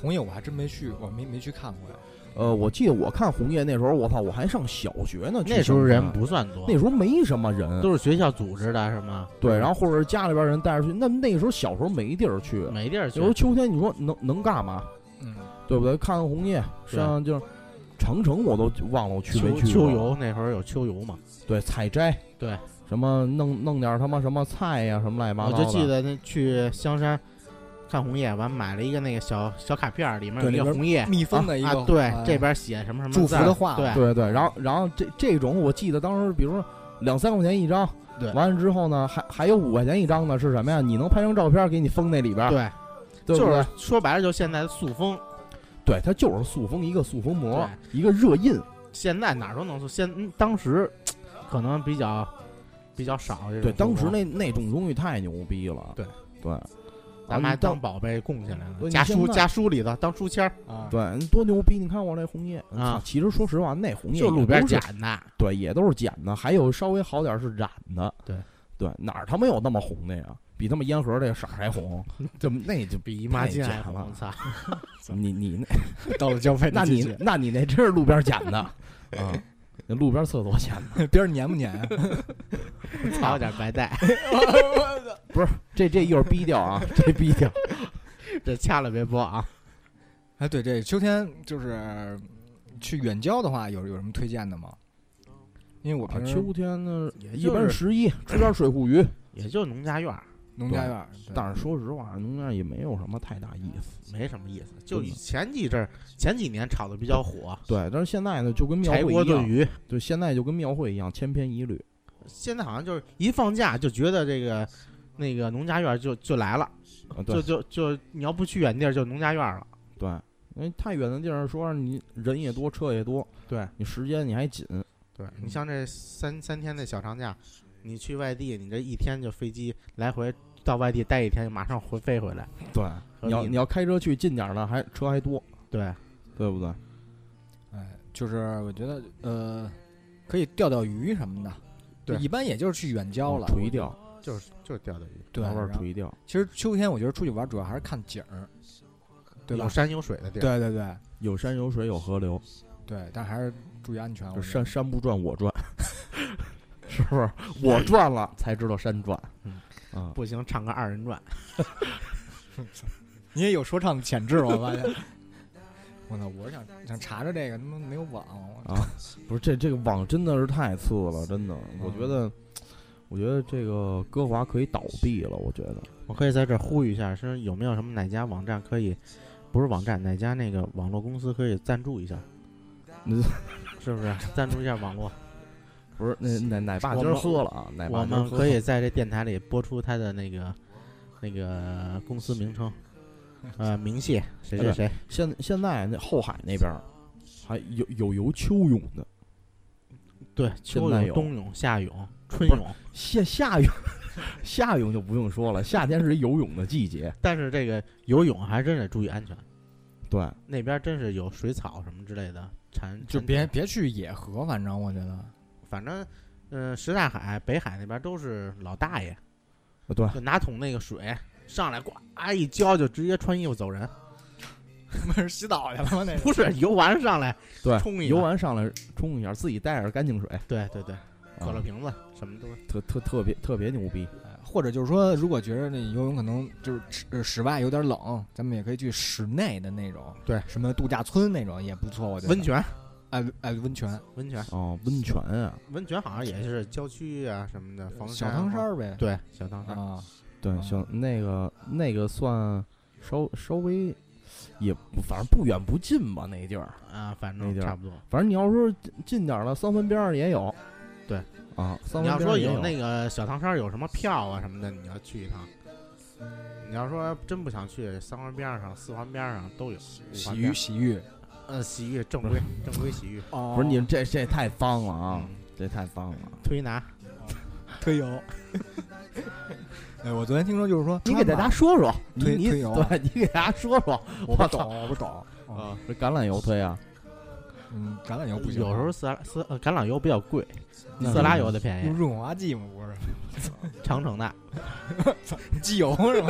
E: 红叶我还真没去，我没没去看过呀。
F: 呃，我记得我看红叶那时候，我操，我还上小学呢。去
G: 那时候
F: 上
G: 人
F: 山
G: 不算多，
F: 那时候没什么人，
G: 都是学校组织的，是吗？
F: 对，然后或者是家里边人带着去。那那时候小时候没地儿去，
G: 没地儿去
F: 有时。候秋天你说能能干嘛？
E: 嗯，
F: 对不对？看看红叶，
G: 对
F: 上就是长城我都忘了我去没
G: 秋
F: 去过
G: 秋游那会儿有秋游嘛？
F: 对采摘
G: 对
F: 什么弄弄点他妈什么菜呀、什么乱七八
G: 我
F: 糟的。
G: 就记得那去香山看红叶，完买了一个那个小小卡片儿，里面有
E: 对
G: 一个
E: 里边
G: 红叶，
E: 蜜蜂的一
G: 啊
E: 个，
G: 对
E: 哎，
G: 这边写什么什么
E: 祝福
G: 字儿
E: 的话
G: 对
F: 对对，然后然后这这种我记得当时，比如说两三块钱一张，
G: 对
F: 完了之后呢，还还有五块钱一张的是什么呀？你能拍张照片给你封那里边儿，
G: 对，
F: 对不
G: 就
F: 对
G: 是？说白了，就现在的塑封，
F: 对，它就是塑封一个塑封膜，
G: 对
F: 一个热印。
G: 现在哪儿都能做，现嗯当时可能比较比较少这种
F: 对，当时
G: 手工
F: 那那种东西太牛逼了。
G: 对
F: 对，啊
G: 咱
F: 你
G: 们还当
F: 当
G: 宝贝供起来
F: 对
G: 了，
F: 你
G: 夹
F: 现
G: 书
F: 在
G: 夹书里头当书签儿，
E: 啊，
F: 对你多牛逼！你看我这红叶
G: 啊
F: 操其实说实话，那红叶
G: 就
F: 也
G: 路边
F: 都是
G: 捡的。
F: 对，也都是剪的，还有稍微好点儿是染的。
G: 对
F: 对，哪儿他妈有那么红的呀？比他妈烟盒这个色儿还 红，这那就
G: 比姨妈
F: 太
G: 巾还
F: 假
G: 红
F: 了
G: 我 操！
F: 你你那
E: 到了交费
F: 那
E: 的季
F: 你
E: 节，
F: 那你那真是路边儿捡的啊，那路边儿厕所捡的。
E: 呃 边儿粘不啊粘？
G: 还有点白带，
F: 这这一会儿逼掉啊，这逼掉。
G: 这掐了别播啊！
E: 哎，对，这秋天就是去远郊的话，有有什么推荐的吗？因为我平时
F: 啊秋天呢，
G: 也
F: 一
G: 就
F: 般
G: 是
F: 十一吃点水库鱼，
G: 也就农家院儿，
E: 农家院儿，
F: 但是说实话，农家也没有什么太大意思。
G: 没什么意思。就
F: 真的
G: 前几阵儿前几年炒的比较火，
F: 对，但是现在呢，就跟庙
G: 嗯柴
F: 会
G: 锅
F: 一
G: 炖
F: 样，
G: 鱼，
F: 对，现在就跟庙会一样，千篇一律。
G: 现在好像就是一放假就觉得这个那个农家院儿就就来了，
F: 啊，对
G: 就，就就你要不去远地儿就农家院儿了。
F: 对，因为太远的地儿，说实话你人也多，车也多，
G: 对嗯
F: 你时间你还紧，
G: 对你像这三三天的小长假，你去外地，你这一天就飞机来回到外地待一天，马上回飞回来。
F: 对，你要
G: 合理
F: 你要开车去近点儿的，还车还多，
G: 对，
F: 对不对？
E: 哎，就是我觉得呃，可以钓钓鱼什么的。
G: 对
E: 一般也就是去远郊了，
F: 垂钓，
G: 就是就是钓的鱼，
E: 对，
F: 慢慢
E: 然后
F: 垂钓。
E: 其实秋天我觉得出去玩主要还是看景儿，对吧
G: 有？山有水的地儿。
E: 对对对
F: 有山有水有河流，
E: 对，但还是注意安全。
F: 就
E: 我觉
F: 山
E: 得
F: 山不转我 转，是不是？我转了才知道山转
G: 嗯，
F: 啊，
G: 不行，唱个二人转，
E: 你也有说唱的潜质，我发现。我操！我是想想查查这个，他妈没有网。我
F: 啊不是这这个网真的是太次了，真的，我觉得，我觉得这个歌华可以倒闭了，我觉得。
G: 我可以在这儿呼吁一下，说有没有什么哪家网站可以，不是网站，哪家那个网络公司可以赞助一下
F: 嗯？
G: 是不是赞助一下网络？
F: 不是，那奶奶爸
G: 我
F: 今儿
G: 们
F: 喝了啊，奶爸
G: 我
F: 今儿
G: 们
F: 喝
G: 可
F: 了
G: 以在这电台里播出他的那个那个公司名称，呃，明谢谁谁谁，
F: 现现在那后海那边儿还有有游秋泳的，
G: 对，秋
F: 现在
G: 泳、
F: 有
G: 冬泳、夏泳、春
F: 不是
G: 泳，
F: 夏夏泳 夏泳就不用说了，夏天是一游泳的季节。
G: 但是这个游泳还真得注意安全，
F: 对，
G: 那边真是有水草什么之类的缠，
E: 就
G: 缠
E: 别别去野河，反正我觉 得。
G: 反正，嗯、什刹海、北海那边都是老大爷，
F: 对，
G: 就拿桶那个水上来，呱一浇就直接穿衣服走人，
E: 他妈是洗澡去了吗？那
G: 不是游完上来，
F: 对，
G: 冲一下
F: 游完上来冲一下，自己带着干净水，
G: 对对对，
F: 啊
G: 可乐瓶子什么都是，
F: 特特特别特别牛逼。
E: 或者就是说，如果觉得那游泳可能就是室呃室外有点冷，咱们也可以去室内的那种，
G: 对，
E: 什么度假村那种也不错。我觉得
G: 温，泉
E: 哎哎，温泉，
G: 温泉
F: 哦，温泉啊，
G: 温泉好像也是郊区啊什么的，房
E: 小
G: 啊
E: 汤山儿呗，
G: 对小汤山，
E: 啊，
F: 对，
E: 啊
F: 行，那个那个算稍稍微也不反正不远不近吧，那地儿。
G: 啊，反
F: 那
G: 正
F: 地儿
G: 差不多。
F: 反正你要说近近点儿了，三环边上也有。
G: 对
F: 啊，三
G: 你
F: 环
G: 要
F: 边
G: 说
F: 上也
G: 有
F: 有
G: 那个小汤山有什么票啊什么的，你要去一趟。你要说真不想去，三环边上、四环边上都有。五环
E: 洗
G: 边
E: 浴，洗浴，
G: 嗯，洗浴正规，正规洗浴
E: 哦
F: 不是你们这这太脏了啊
G: 嗯，
F: 这太脏了。
G: 推拿。
E: 推油。 哎，我昨天听说就是说，
F: 你给大家说说，
E: 推
F: 你你
E: 推油啊
F: 对，你给大家说说
E: 我不
F: 我
E: 懂，我不懂，
F: 啊，这橄榄油推啊，
E: 嗯，橄榄油不行，
G: 有时候色拉色呃橄榄油比较贵，
F: 那
G: 色拉 油的便
E: 用
G: 宜，
E: 润滑剂嘛，不是
G: 长城 的。
E: 机油 是吗？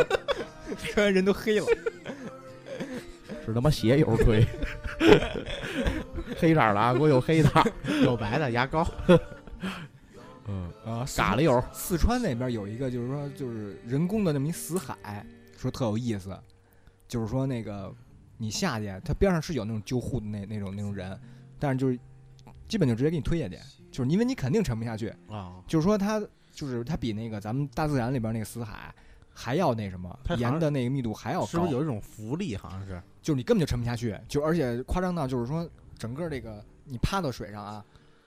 E: 突然人都黑了，
F: 是他妈鞋油推， 黑色儿的啊，给我有黑的，
G: 有白的牙 膏，
F: 嗯，
E: 啊，
F: 嘎了油，
E: 四川那边有一个，就是说就是人工的那么一死海，说特有意思，就是说那个你下去，它边上是有那种救护的那那种那种人，但是就是基本就直接给你推下去，就是因为你肯定沉不下去，
G: 啊，
E: 就是说它就是它比那个咱们大自然里边那个死海还要那什么
G: 它好像
E: 盐的那个密度还要高，
G: 是不是有一种浮力？好像是
E: 就是你根本就沉不下去，就而且夸张到就是说整个这个你趴到水上啊，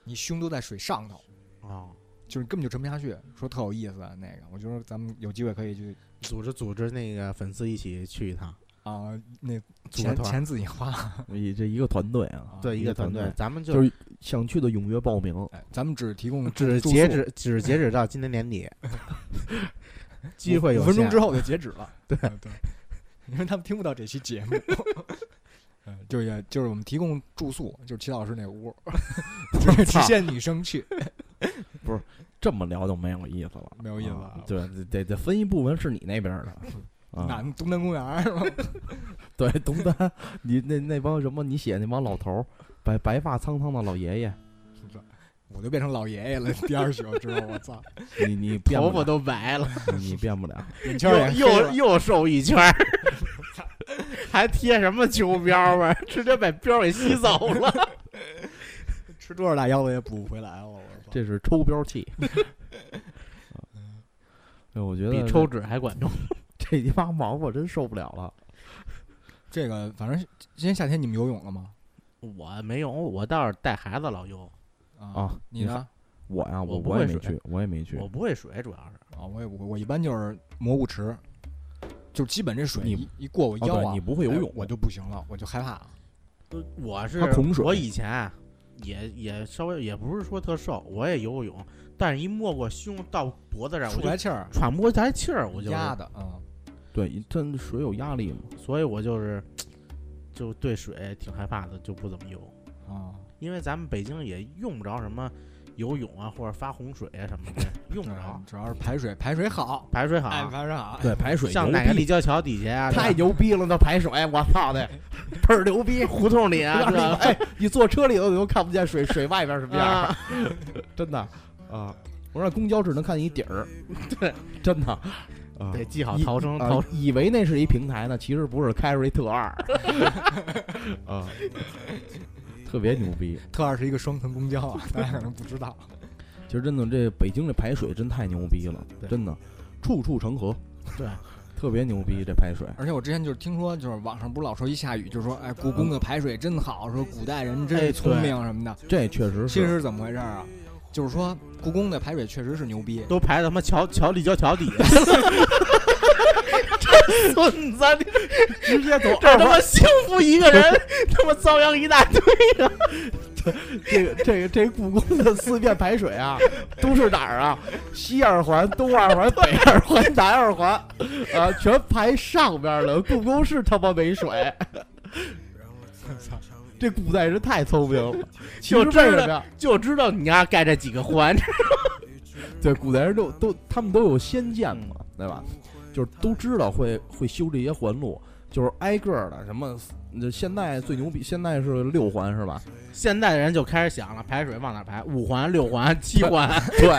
E: 你胸都在水上头。
G: 啊，
E: 就是根本就沉不下去，说特有意思那个，我觉得咱们有机会可以去
G: 组织组织那个粉丝一起去一趟，
E: 啊，那
F: 组个
E: 钱
F: 团
E: 钱自己花。
F: 你这一个团队啊，
G: 对一
F: 一个
G: 个团
F: 团
G: 队
F: 队，
G: 咱们就
F: 就是想去的踊跃报名。
E: 哎，咱们 只提供
G: 只
E: 住
G: 截
E: 宿
G: 止，只截止到今年年 底，机会有
E: 五分钟
G: 限
E: 之后就截止了。
G: 对
E: 啊对，因为他们听不到这期节目。 嗯，就是也就是我们提供住宿，就是齐老师那屋， 只只限女生去，
F: 这么聊就没有意思了，
E: 没有意思
F: 啊
E: 了
F: 对，得得得分一部分是你那边 的，啊，
E: 南东南公园是吧？
F: 对，东单，你那那帮什么，你写那帮老头儿，白白发苍苍的老爷爷，
E: 我就变成老爷爷了。 第二宿之后，我操，
F: 你你变不
G: 头
F: 了
G: 发都白了，
F: 你你变不了，
E: 眼圈
G: 又
E: 也黑
G: 又
E: 了。
G: 又瘦一圈 儿，还贴什么秋膘啊？直接把膘给吸走了。
E: 吃多少大腰子也补不回来了，我操！
F: 这是抽标 器。对，我觉得
G: 比抽纸还管用，
F: 这一帮毛我真受不了了。
E: 这个反正今年夏天你们游泳了吗？
G: 我没有，我倒是带孩子老游，
F: 啊
E: 你呢？
F: 我呀，
G: 我
F: 我
G: 不
F: 也
G: 会
F: 没
G: 水
F: 去，我也没去哦
G: 我。不会水，主要是
E: 啊，我也不会，我一般就是模糊池，就基本这水
F: 你
E: 一一过我
F: 哦，
E: 腰
F: 对，
E: 啊
F: 你，不会游
E: 哎
F: 泳，
E: 我就不行了，我就害怕了。
G: 呃我是
F: 他恐水
G: 我以前啊也也稍微也不是说特瘦，我也游过泳，但是一没过胸到脖子上，我
E: 出
G: 就
E: 不来气儿，
G: 喘不过来气儿，我就
E: 压的啊。
F: 对，这水有压力嘛。
G: 所以我就是就对水挺害怕的，就不怎么游。
E: 啊，
F: 嗯
G: 因为咱们北京也用不着什么游泳啊或者发洪水啊什么的，用
E: 对
G: 不着，
F: 啊
E: 主要是排水排水好，
G: 排水好。
E: 哎，排水好，
F: 对，排水
G: 像哪个立交桥底下啊，
F: 太
G: 是吧
F: 牛逼了，那排水，我操的，倍儿牛逼！
G: 胡同 里啊，
F: 让
G: 这
F: 你哎，你坐车里头你都看不见水，水外边什么样儿，
G: 啊，
F: 真的啊！我让公交只能看见一底儿，
G: 对，
F: 真的。啊
G: 得系好
F: 以
G: 逃生
F: 啊
G: 逃
F: 以为那是一平台呢，其实不是，开出一 特二，啊，特别牛逼。
E: 特二是一个双层公交啊，大家可能不 知道。
F: 其实真的，这北京这排水真太牛逼了，
G: 对
F: 真的，处处成河，
G: 对，
F: 特别牛逼这排水。
E: 而且我之前就是听说，就是网上不是老说一下雨就说，哎，故宫的排水真好，说古代人
G: 哎
E: 真聪
G: 对
E: 明什么的。
F: 这确实
E: 其
F: 是，
E: 实是怎么回事儿啊？就是说故宫的排水确实是牛逼，
G: 都排他妈桥桥立交桥底下。 这孙子，你
F: 直接走
G: 这他妈幸福一个 人，他妈遭殃一大堆啊！
F: 这个这个这故宫的四面排水啊，都是哪儿啊？西二环、东二环、北二环、南二环，啊，全排上边了。故宫是他妈没水。 这古代人太聪明了，其实
G: 就
F: 为
G: 知道
F: 什么呀？
G: 就知道你丫盖这几个环，
F: 对，古代人都都他们都有先见嘛，
G: 嗯
F: 对吧？就是都知道会会修这些环路，就是挨个儿的什么。那现在最牛逼，现在是六环是吧？
G: 现在的人就开始想了，排水往哪排？五环、六 环、七环，
F: 对，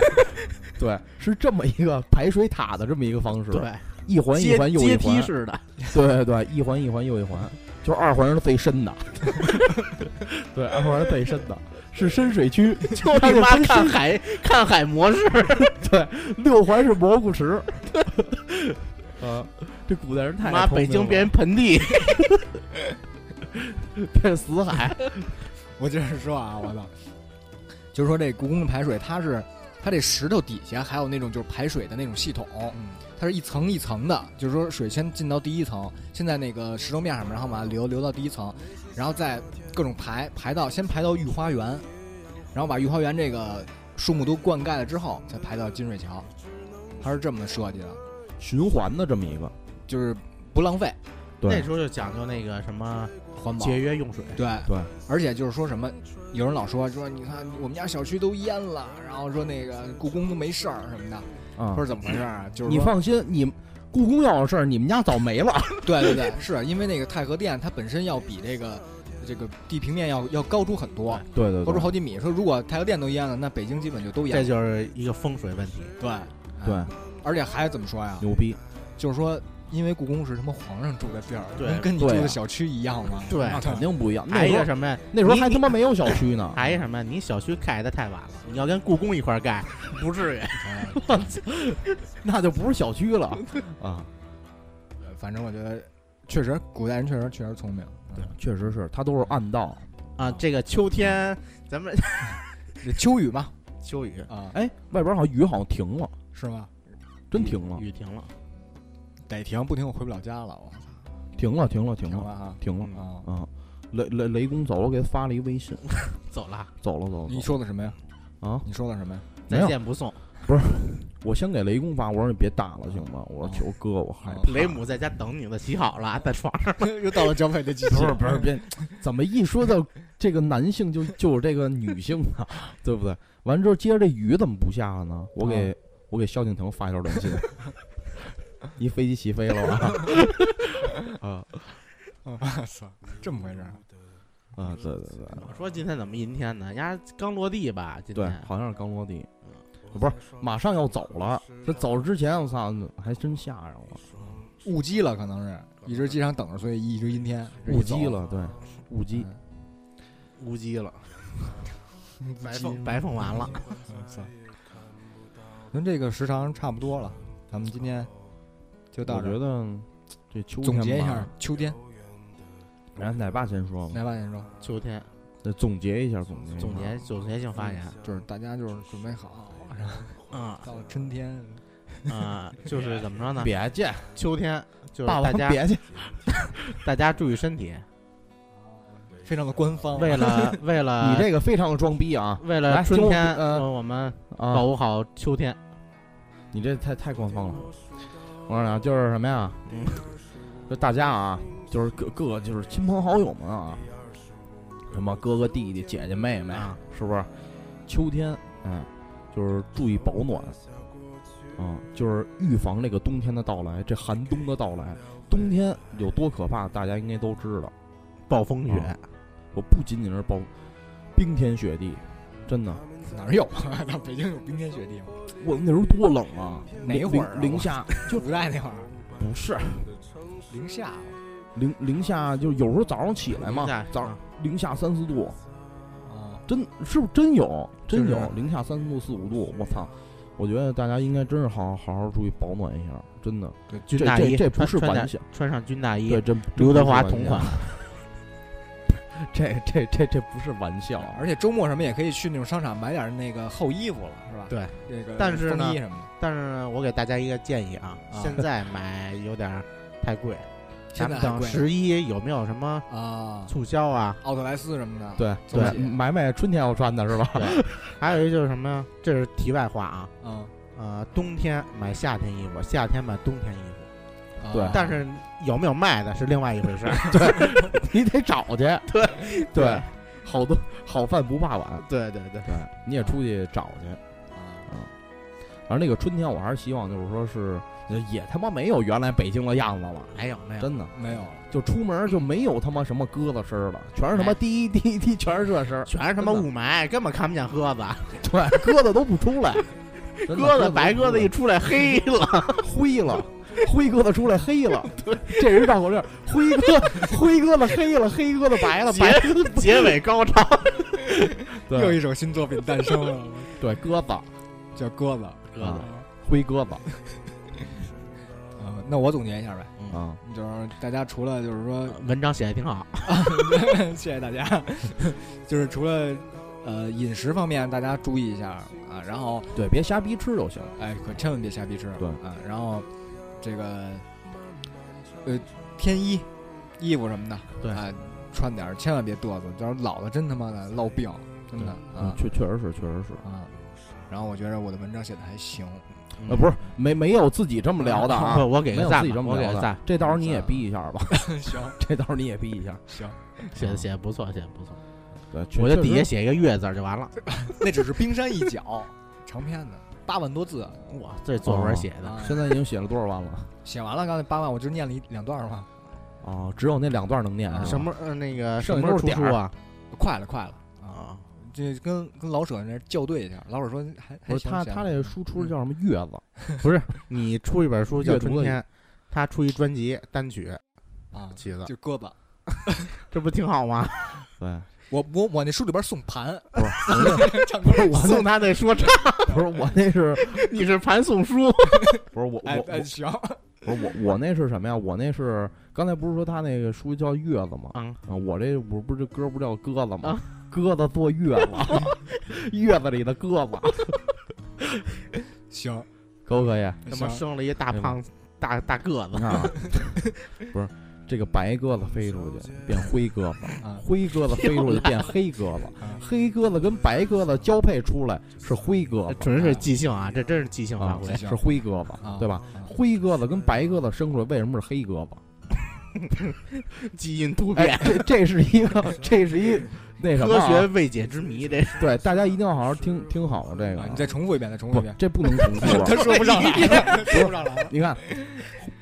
F: 对，是这么一个排水塔的这么一个方式。
G: 对，
F: 一环一
G: 阶
F: 环又一
G: 阶
F: 环，
G: 梯式的，
F: 对对对，一环一环又一环，就是二环是最深的， 对，二环是最深的，是深水区，
G: 就
F: 他
G: 你
F: 得
G: 妈
F: 分
G: 看
F: 深
G: 海看海模式，
F: 六环是蘑菇池。 啊，这古代人太
G: 妈
F: 聪明
G: 北京
F: 了
G: 变人盆 地，
F: 变死海，
E: 我接着说啊，我操，就是说这故宫的排水，它是它这石头底下还有那种就是排水的那种系统，它是一层一层的，就是说水先进到第一层，先在那个石头面上面，然后把它流流到第一层，然后再各种排排到先排到御花园，然后把御花园这个树木都灌溉了之后，再排到金水桥，它是这么设计的，
F: 循环的这么一个，
E: 就是不浪费
G: 那
F: 对
G: 时候就讲究那个什么
E: 环保。
G: 节约用水，
E: 对
F: 对，
E: 而且就是说什么，有人老说说，你看我们家小区都淹了，然后说那个故宫都没事儿什么的，
F: 啊
E: 说是，怎么回事儿啊？就是
F: 你
E: 说，
F: 放心，你故宫要有事儿，你们家早没了。
E: 对对对，是因为那个太和殿它本身要比这个这个地平面要要高出很多，
F: 对对
E: 高出
F: 对
E: 好几米。说如果太和殿都淹了，那北京基本就都淹
G: 这
E: 了。
G: 就是一个风水问题。
E: 对，
F: 对
E: 嗯，而且还怎么说呀？
F: 牛 逼，
E: 就是说，因为故宫是他妈皇上住的地儿，
G: 对
E: 能跟你住
F: 对
E: 的
F: 啊
E: 小区一样吗？
G: 对
E: 那
F: 肯定不一样。那
G: 还有一
F: 时
G: 个
F: 候
G: 什么呀？
F: 那时候还
G: 你
F: 他妈没有小区 呢，
G: 还有什么呀？你小区盖的太晚了，你要跟故宫一块儿盖，不至于。
E: 哎
F: 那就不是小区 了啊。
E: 反正我觉得，确实古代人确实确实聪明。
F: 对，确实是，它都是暗道。
G: 啊，这个秋天咱们
E: 这秋雨嘛，
G: 秋雨
E: 啊，
F: 哎，外边好像雨好像停了，
E: 是吗？
F: 真停了。
G: 雨停了，
E: 得停，不停我回不了家了。我操！
F: 停了，停了，停
E: 停
F: 了，
E: 了哈
F: 停了
E: 啊。
F: 啊！雷雷雷公走了，给他发了一微信，
G: 走了，
F: 走了，走了
E: 你
F: 走
E: 说的什么呀？
F: 了啊！
E: 你说的什么呀？
F: 没
G: 在
F: 有
G: 线不送。
F: 我先给雷公发，我说你别打了，行吗？我说求哥，我害怕。
G: 雷姆在家等你呢，洗好了，在床上。
E: 又到了交配的季
F: 不是不是，别，怎么一说到这个男性就 就是这个女性啊， 对不对？完之后，接着这雨怎么不下呢？我给、
E: 啊
F: 我给萧敬腾发一条短信， 一飞机起飞 了吧？啊
E: 我操，这么回事儿？
F: 啊，对对对
G: 我说今天怎么阴天呢？丫刚落地吧？今
F: 对
E: 嗯
G: 天，
F: 好像是刚落地，不是马上要走了。这走之前，我操，还真吓着我，
E: 误机了，可能是一直机场等着，所以一啊嗯直阴天，
F: 误机了，对，误机。
G: 乌鸡了， 白嗯凤白凤完了。
E: 跟这个时长差不多了，咱们今天就到
F: 我
E: 这
F: 觉
E: 儿。
F: 得这秋天
E: 总结一下
F: 吧，
E: 秋天，
F: 然后奶爸先说吧，
E: 来吧，先说，
G: 秋天
F: 得总结一下，总结一下
G: 总结总结性发言，
E: 就是大家就是准备好，然后
G: 嗯
E: 到了春天，
G: 啊， 就是怎么说呢？
F: 别介，
G: 秋天就是
F: 霸
G: 大
F: 王
G: 家
F: 别介，
G: 大家注意身体，
E: 非常的官方。
G: 为了 为了
F: 你这个非常的装逼啊
G: 为了
F: 来
G: 春
F: 听我
G: 天，
F: 呃
G: 我们
F: 啊
G: 保！护好秋天。
F: 你这太太官方了。我跟你讲，啊就是什么呀
G: 嗯？
F: 就大家啊，就是各各个就是亲朋好友们啊，什么哥哥弟弟、姐姐妹妹
G: 啊，
F: 是不是？秋天，嗯，就是注意保暖，啊，就是预防这个冬天的到来，这寒冬的到来。冬天有多可怕，大家应该都知道。
G: 暴风雪，
F: 啊我不仅仅是暴，冰天雪地，真的，
E: 哪儿有啊？ 到北京有冰天雪地吗？
F: 我那时候多冷啊！
E: 哪
F: 零
E: 会儿啊
F: 零零下
E: 就古代那会儿，
F: 不是
E: 零下啊
F: 零零下，就有时候早上起来嘛
G: 零下，嗯
F: 早上零下三四度，
E: 啊，
F: 真是不是真有真有
G: 啊
E: 就是
F: 零下三四度四五度，我操！我觉得大家应该真是好好好好注意保暖一下，真的，
E: 对，
F: 这
G: 军大衣
F: 这这不
G: 穿
F: 是
G: 穿
F: 玩
G: 点
F: 笑，
G: 穿上军大
F: 对，
G: 衣，
F: 真
G: 刘德华
F: 真不
G: 同
F: 是
G: 款
F: 玩笑， 这这这这不是玩 笑啊，
E: 而且周末什么也可以去那种商场买点那个厚衣服了，是吧？
G: 对，
E: 这个
G: 但是呢
E: 风衣什么的，
G: 但是呢我给大家一个建议啊，
E: 啊
G: 现在买有点儿 太贵，咱
E: 现在
G: 们
E: 还
G: 等
E: 贵
G: 十一有没有什么
E: 啊，
G: 促销啊？
E: 奥特莱斯什么的，
F: 对
E: 对
F: 对，买买春天要穿的是吧？
G: 对，还有一个就是什么呀？这是题外话啊，
E: 嗯，
G: 呃，冬天买夏天衣服，夏天买冬天衣服，
E: 啊
F: 对
G: 但是有没有卖的是另外一回事儿。
F: 你得找去，对对，好多好饭不怕晚，
G: 对对对，
F: 对，你也出去找去。嗯
E: 啊
F: 反正那个春天，我还是希望就是说是呃也他妈没有原来北京的样子了，
G: 没有没有，
F: 真的
E: 没有了，
F: 就出门就没有他妈什么鸽子声儿了，全
G: 哎
F: 是他妈滴滴滴，全是这声儿，
G: 全是他妈
F: 真的
G: 雾霾，根本看不见 鸽子，
F: 对，鸽子都不出 来，真的
G: 鸽子白鸽子一出来黑 了，
F: 灰了。灰鸽子出来黑了，这人绕口令儿：灰鸽灰鸽子黑了，黑鸽子白了，白鸽子
G: 结尾高潮。
E: 又
F: 对
E: 一首新作品诞生了，
F: 对鸽子
E: 叫鸽子。
G: 鸽子
F: 灰鸽子
E: 啊，那我总结一下呗，
F: 啊，
E: 就是大家除了就是说，
G: 文章写的挺好，
E: 谢谢大家， 就是除了呃饮食方面大家注意一下啊，然后
F: 对，别瞎逼吃就行。
E: 哎可千万别瞎逼吃，
F: 对
E: 啊，然后这个呃添衣衣服什么的，
G: 对
E: 啊穿点儿，千万别嘚瑟，到时候老了真他妈的落病，真的
F: 嗯
E: 啊
F: 确确实是，确实是。
E: 啊。然后我觉得我的文章写的还行，
F: 呃，不是，没没有自己这么聊的啊
G: 不，嗯 我给
F: 没
G: 个
F: 有
G: 赞
F: 自己
G: 吧，
F: 这
G: 我
F: 么
G: 给
F: 聊
G: 个
F: 的
G: 赞，，嗯
F: 这到时候你也逼一下吧，
E: 行
F: 这到时候你也逼一下。
E: 行，
G: 写的写的不错，写的不错。
F: 对，嗯确
G: 我就
F: 确
G: 底下
F: 实
G: 写一个月字儿就完了。
E: 那只是冰山一角，长篇的八万多字啊，
G: 哇，这作
F: 哦
G: 文写的，
E: 啊
F: 现在已经写了多少万了？
E: 写完了，刚才八万，我就念了一两段嘛，
F: 哦，只有那两段能念
E: 啊
G: 什么呃那个什
F: 剩下
G: 么时
F: 都
G: 候
F: 是
G: 出
F: 点
G: 书
F: 儿
G: 啊？
E: 快了，快了啊！
G: 啊，
E: 这跟跟老舍那校对一下，老舍说还
F: 不
E: 还
F: 是
E: 行
F: 他
E: 行
F: 他这书出
G: 嗯
F: 的叫什么月子？
G: 你出一本书叫《
F: 阅读
G: 春
F: 的
G: 天》，他出一专辑单曲，
E: 啊，
G: 起子，
E: 就胳膊。
G: 这不挺好吗？
F: 对，
E: 我我我那书里边送盘，
F: 不 是我
E: 唱歌
G: 送他那说唱，
F: 那不是我那是
G: 你是盘送书，
F: 不是我
E: 哎
F: 我
E: 哎行，
F: 我不是我我那是什么呀？我那是刚才不是说他那个书叫月子吗？
G: 嗯
F: 啊，我这我不是这歌不叫鸽子吗
E: 嗯
G: 啊？
F: 鸽子坐月子， 月子里的鸽子，
E: 行，
F: 可不可以？
G: 怎么
E: 行
G: 生了一大
F: 对吧
G: 胖大大个
F: 你
G: 子？
F: 看啊，不是这个白鸽子飞出去变灰鸽子，
C: 啊，
F: 灰鸽子飞出去变黑鸽子
C: 啊，
F: 黑鸽子跟白鸽子交配出来是灰鸽子，
G: 纯是即兴啊，这真是即兴发
F: 啊
G: 挥。
C: 即兴
F: 是灰鸽子
C: 啊，
F: 对吧？灰鸽子跟白鸽子生出来为什么是黑鸽子？
G: 基因突
F: 哎，这这是一个，这是一那什么
G: 科
F: 啊
G: 学未解之谜，这
F: 对，大家一定要好好听听好了这个
C: 啊
F: 啊，
C: 你再重复一遍，再重复一
F: 不
C: 遍，。
F: 这不能重复啊。
C: 他说不 上来了，说不上来了。
F: 你看，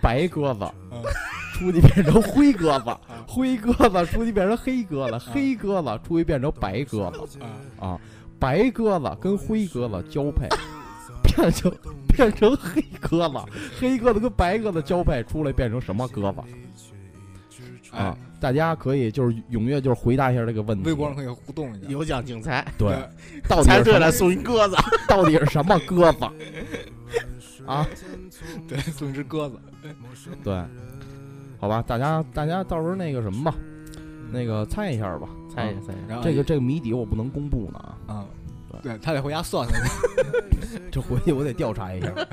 F: 白鸽子
C: 嗯
F: 出去变成灰鸽子，灰鸽子出去变成黑鸽子，
C: 嗯
F: 黑鸽子出去变成白鸽子
C: 啊
F: 啊，白鸽子跟灰鸽子交配，变成变成黑鸽子，黑鸽子跟白鸽子交配出来变成什么鸽子啊
C: 哎，？
F: 大家可以就是踊跃就是回答一下这个问题。
C: 微博上可以互动一下。
G: 有奖竞猜，
F: 对，到底
G: 猜
F: 是
G: 对
F: 什么
G: 了送一鸽子。
F: 到底是什么鸽子？啊，
C: 对，送一只鸽子。
F: 对，好吧，大家大家到时候那个什么吧，那个猜一下吧，
G: 猜一
F: 啊
G: 下，猜一下，
C: 然后
F: 这个这个谜底我不能公布呢 啊，
C: 啊，对他得回家算算。
F: 这回去我得调查一下。啊，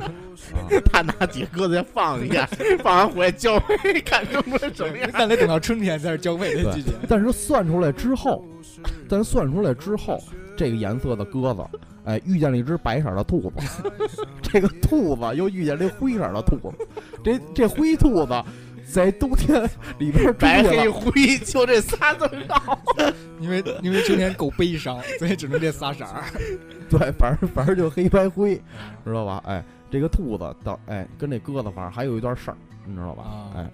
G: 他拿几个鸽子先放一下，放完回来交配， 看弄出来什么样。
C: 那得等到春天才是交配的季节。
F: 但是算出来之后，但是算出来之后，这个颜色的鸽子，哎，遇见了一只白色的兔子， 这个兔子又遇见了一灰色的兔子，这这灰兔子在冬天里边追
G: 白
F: 过来
G: 黑灰，就这仨字儿啊绕。
C: 因为因为春天够悲伤，所以只能这仨色儿。
F: 对，反正反正就黑白灰，知道吧？哎，这个兔子到哎跟这鸽子反正还有一段事儿，你知道吧？
C: 啊
F: 哎，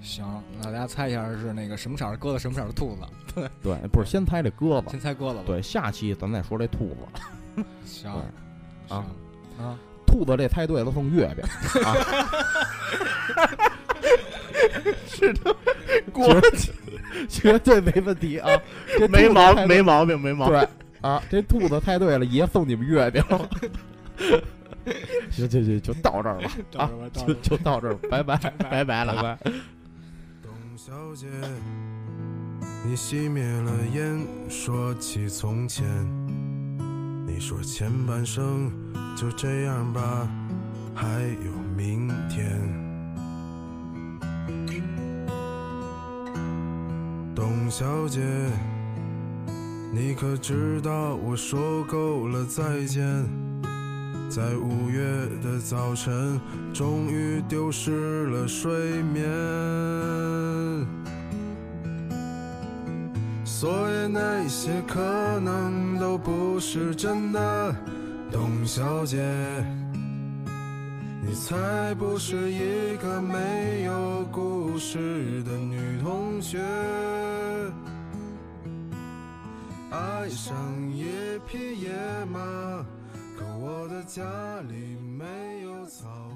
C: 行，那大家猜一下是那个什么色儿的鸽子，什么色儿的兔子？
F: 对，不是先猜这鸽子，
C: 先猜鸽子吧。，
F: 对，下期咱再说这兔子。
C: 行
F: 对
C: 行
F: 啊
C: 啊，
F: 兔子这猜对了送月饼，啊
G: 锅
F: 绝对没问题啊！这兔子
G: 没毛
F: 猜对
G: 没毛病，没毛病。
F: 对啊，这兔子猜对了也送你们月饼。 行行行，就到这儿吧，
C: 到时候吧到时候吧
F: 就就到这儿，拜拜。
G: 拜拜了啊。
D: 董小姐，你熄灭了烟，说起从前。你说前半生就这样吧，还有明天。董小姐，你可知道我说够了再见，在五月的早晨。终于丢失了睡眠。所以那些可能都不是真的，董小姐，你才不是一个没有故事的女同学。爱上一匹野马，可我的家里没有草。